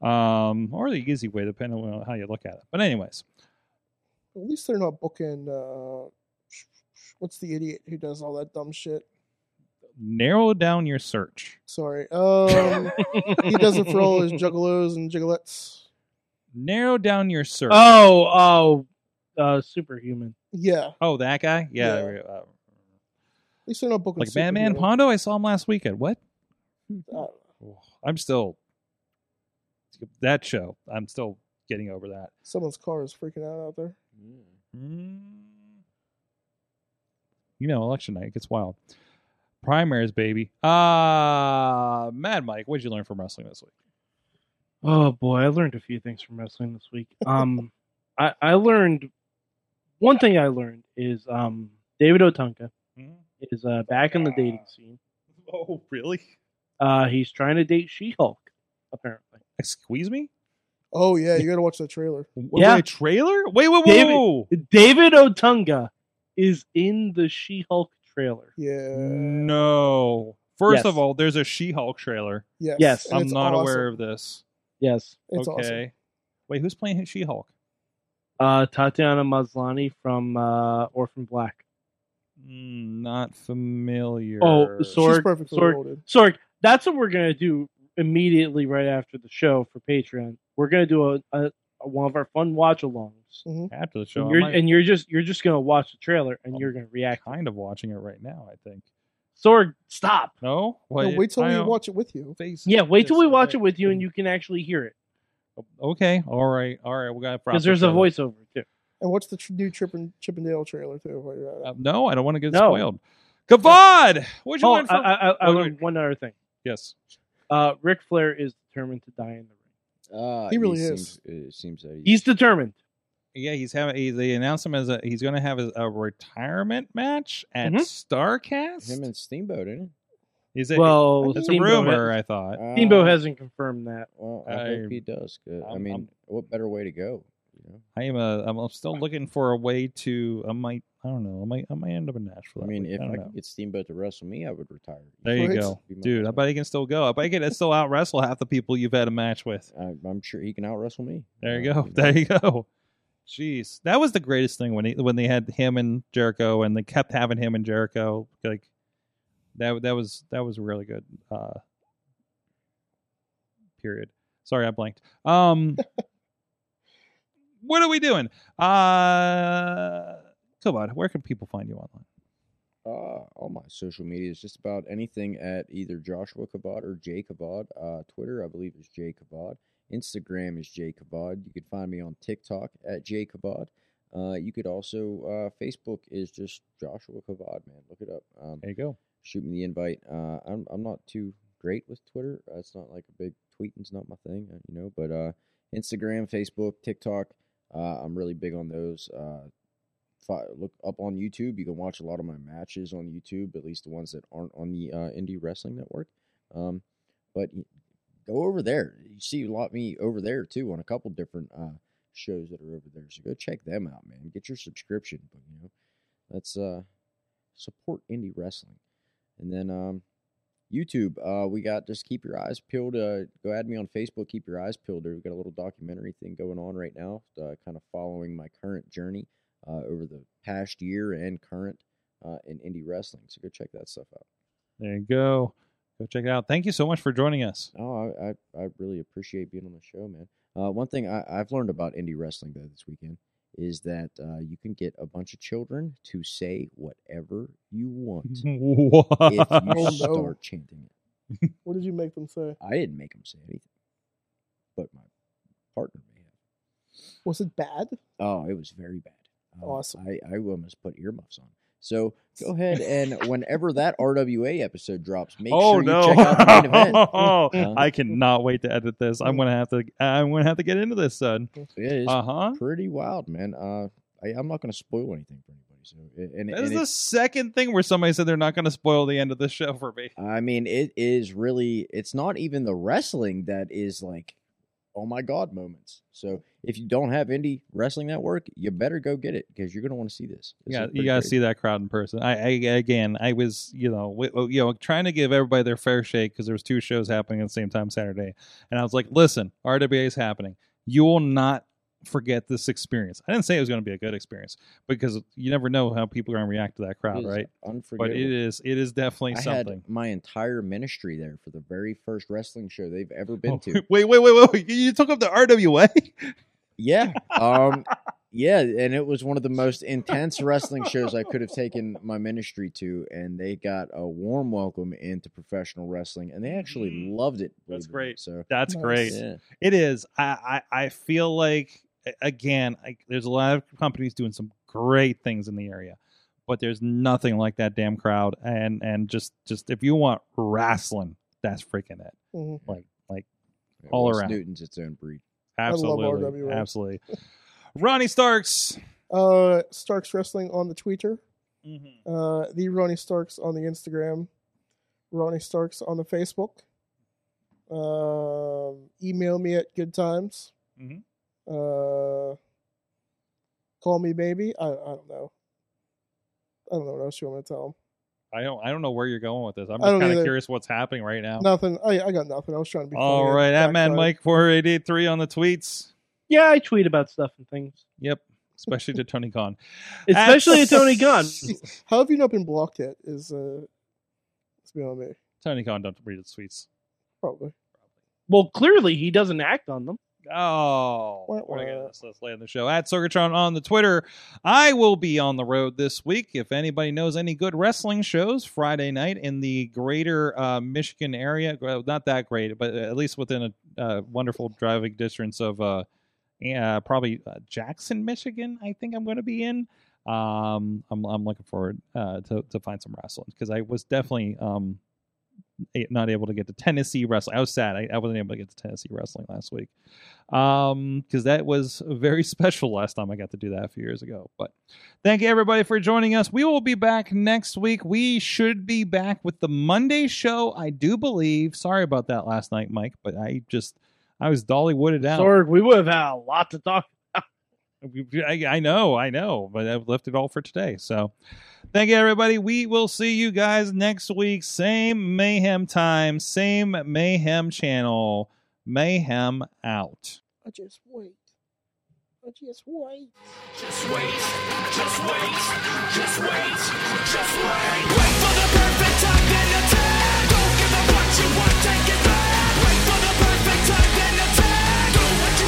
way. um, or the easy way, depending on how you look at it. But anyways,
At least they're not booking. Uh, what's the idiot who does all that dumb shit?
narrow down your search.
Sorry. Um, he does it for all his juggalos and jiggalettes.
Narrow down your search.
Oh, oh, uh, superhuman.
Yeah. At
Oh, that guy. Yeah.
Yeah.
there we go. Uh,
least they're not booking.
like Batman
superhero.
Pondo. I saw him last weekend. What?
Uh,
I'm still that show. I'm still getting over that.
someone's car is freaking out out there.
Hmm.
You know, election night it gets wild. Primaries, baby. Ah, Mad Mike, what'd you learn from wrestling this week?
Oh boy, I learned a few things from wrestling this week. Um, I, I learned one thing. I learned is um, David Otunka is uh, back in the dating scene.
Oh, really?
Uh, he's trying to date She-Hulk, apparently.
Excuse me?
Oh yeah, you gotta watch that trailer.
Was
Yeah.
it a trailer? Wait, wait, wait,
David-
whoa.
David Otunga is in the She-Hulk trailer.
Mm.
Yeah.
No. First
Yes.
of all, there's a She-Hulk trailer.
Yes.
Yes.
and
I'm
it's
not
awesome.
aware of this.
Yes,
It's
okay.
awesome.
Wait, who's playing She-Hulk?
uh, Tatiana Maslany from uh, Orphan Black.
Mm, not familiar.
Oh, so-
She's
Sorg-
perfectly
Sorg-
molded.
Sorg, that's what we're gonna do immediately right after the show for Patreon. We're gonna do a, a, a- one of our fun watch alongs.
after the show,
And
I
you're,
might-
and you're just you're just gonna watch the trailer and
Um,
you're gonna react.
kind of watching it right now. I think.
Sorg, stop.
No,
No, wait till
I
we
don't-
watch it with you.
face.
Yeah, wait till
this
we watch
way.
it with you and you can actually hear it
Oh, Okay, all right, all right. We got
because there's a voiceover too.
And watch the tr- new Chip and Chippendale trailer too. while you're at it.
Uh, no, I don't want to get
No.
spoiled. Kavad, what'd you
Oh,
learn
I,
from?
I, I, I
Wait,
learned one other thing.
yes,
Uh, Ric Flair is determined to die in the ring.
Uh,
He really
seems- it seems that
He's determined.
yeah. He's having. He, they announced him as a. He's going to have a, a retirement match at
Mhm.
Starcast.
him and Steamboat, isn't
Is it?
well,
that's a
Steamboat
rumor.
has-
I thought.
it?
Steamboat
Uh,
hasn't confirmed that.
Well, I,
I-
hope he does. Good. I
I'm-
mean,
I'm-
what better way to go? You know?
I am a. I'm still looking for a way to. I might. I don't know. I might. I might end up in Nashville.
I
that
mean,
week.
if
I,
I,
don't know.
could get Steamboat to wrestle me, I would retire.
There you
Right.
go,
Be my
dude. I
best
bet he can still go. I bet he can still out wrestle half the people you've had a match with.
I, I'm sure he can out wrestle me.
There you
Uh,
go.
know,
There you go. Jeez, that was the greatest thing when he when they had him and Jericho, and they kept having him and Jericho. Like that that was that was really good. Uh, period. Sorry, I blanked. Um, what are we doing? Uh, come on. Where can people find you online?
Uh, all my social media is just about anything at either Joshua Kabod or Jay Kabod. Uh, Twitter, I believe, is Jay Kabod. Instagram is Jay Kabod. You can find me on TikTok at Jay Kabod. Uh, you could also uh, Facebook is just Joshua Kabod, man. Look it up. Um,
There you go.
shoot me the invite. Uh, I'm I'm not too great with Twitter. Uh, it's not like a big tweeting's not my thing, uh, you know. But uh, Instagram, Facebook, TikTok, uh, I'm really big on those. Uh, fi- look up on YouTube. You can watch a lot of my matches on YouTube, at least the ones that aren't on the uh, Indie Wrestling Network. Um, but y- go over there. You see a lot of me over there too on a couple different uh, shows that are over there. So go check them out, man. Get your subscription. But you know, let's uh, support indie wrestling. And then um, YouTube, uh, we got just keep your eyes peeled. Uh, go add me on Facebook. Keep your eyes peeled. There, we got a little documentary thing going on right now, uh, kind of following my current journey uh, over the past year and current uh, in indie wrestling. So go check that stuff out.
There you go. Go check it out. Thank you so much for joining us.
Oh, I I, I really appreciate being on the show, man. Uh, one thing I, I've learned about indie wrestling though this weekend is that uh, you can get a bunch of children to say whatever you want
What?
if you
no.
start chanting it.
What did you make them say?
I didn't make him say anything, but my partner may have.
Was it bad?
Oh, it was very bad. Uh,
Awesome.
I, I almost put earmuffs on. So go ahead and whenever that RWA episode drops, make
oh
sure you
no!
check out the main event. Uh,
I cannot wait to edit this. I'm gonna have to. I'm gonna have to get into this, son.
It is
Uh huh.
pretty wild, man. Uh, I, I'm not going to spoil anything for anybody. So, a- and,
That is
and
the
it's-
second thing where somebody said they're not gonna spoil the end of the show for me.
I mean, it is really. It's not even the wrestling that is like oh my god moments. So if you don't have Indie Wrestling Network, you better go get it because you're gonna want to see this. This
yeah,
is
you
pretty
got to
crazy.
see that crowd in person. I, I again, I was you know w- you know trying to give everybody their fair shake because there was two shows happening at the same time Saturday, and I was like, listen, RWA is happening. You will not forget this experience. I didn't say it was going to be a good experience because you never know how people are going to react to that
It
crowd,
is
right? But
Unforgettable.
it is it is definitely
I
something.
had my entire ministry there for the very first wrestling show they've
Oh,
ever been to.
Wait, wait, wait, wait, wait! You- You took up the RWA.
Yeah. Um yeah, and it was one of the most intense wrestling shows I could have taken my ministry to and they got a warm welcome into professional wrestling and they actually
Mhm.
loved it. believe
That's
it or not.
great.
So
That's
Nice.
great.
yeah.
It is. I I, I feel like a- again, I, there's a lot of companies doing some great things in the area, but there's nothing like that damn crowd. And and just just if you want wrestling, that's freaking it.
Mhm.
Like like
Yeah,
All
Wes
around.
Newton's its own breed.
love
absolutely
RWA.
absolutely. Ronnie Starks.
Uh, Starks Wrestling on the Twitter. Uh, the Ronnie Starks on the Instagram. Ronnie Starks on the Facebook. Um, email me at good times.
Mhm.
Uh, call me baby. I, I don't know. I don't know what else you want me to tell
I don't I don't know where you're going with this. I'm
I
just
don't
kind of
either.
curious what's happening right now.
him. Nothing. I, I got nothing. I was trying to be.
All
funny.
right, at man
Backfired.
Mike four eight eight three on the tweets.
Yeah, I tweet about stuff and things,
Yep, especially to Tony Khan.
especially
At-
a Tony Gunn.
How have you not been blocked yet? Is uh, it's beyond me.
Tony Khan don't read his tweets.
Probably.
Well, clearly he doesn't act on them.
Oh,
Wah,
we're
wah.
gonna let's, let's land the show at Sorgatron on the Twitter. I will be on the road this week. If anybody knows any good wrestling shows, Friday night in the greater uh, Michigan area, well, not that great, but at least within a uh, wonderful driving distance of uh, yeah, probably uh, Jackson, Michigan. I think I'm going to be in. Um, I'm I'm looking forward uh, to to find some wrestling because I was definitely um a- not able to get to Tennessee wrestling. I was sad. I, I wasn't able to get to Tennessee wrestling last week um because that was very special last time i got to do that a few years ago but thank you everybody for joining us we will be back next week we should be back with the monday show i do believe sorry about that last night mike but i just i was dolly wooded out
Sorg, we would have had a lot to talk.
I, I know, I know, but I've left it all for today. So thank you, everybody. We will see you guys next week. Same mayhem time, same mayhem channel. Mayhem out.
I just wait. I just wait.
Just wait, just wait, just wait, just wait. Wait for the perfect time, then attack. Don't give up what you want, take it back. Wait for the perfect time, then attack. Do what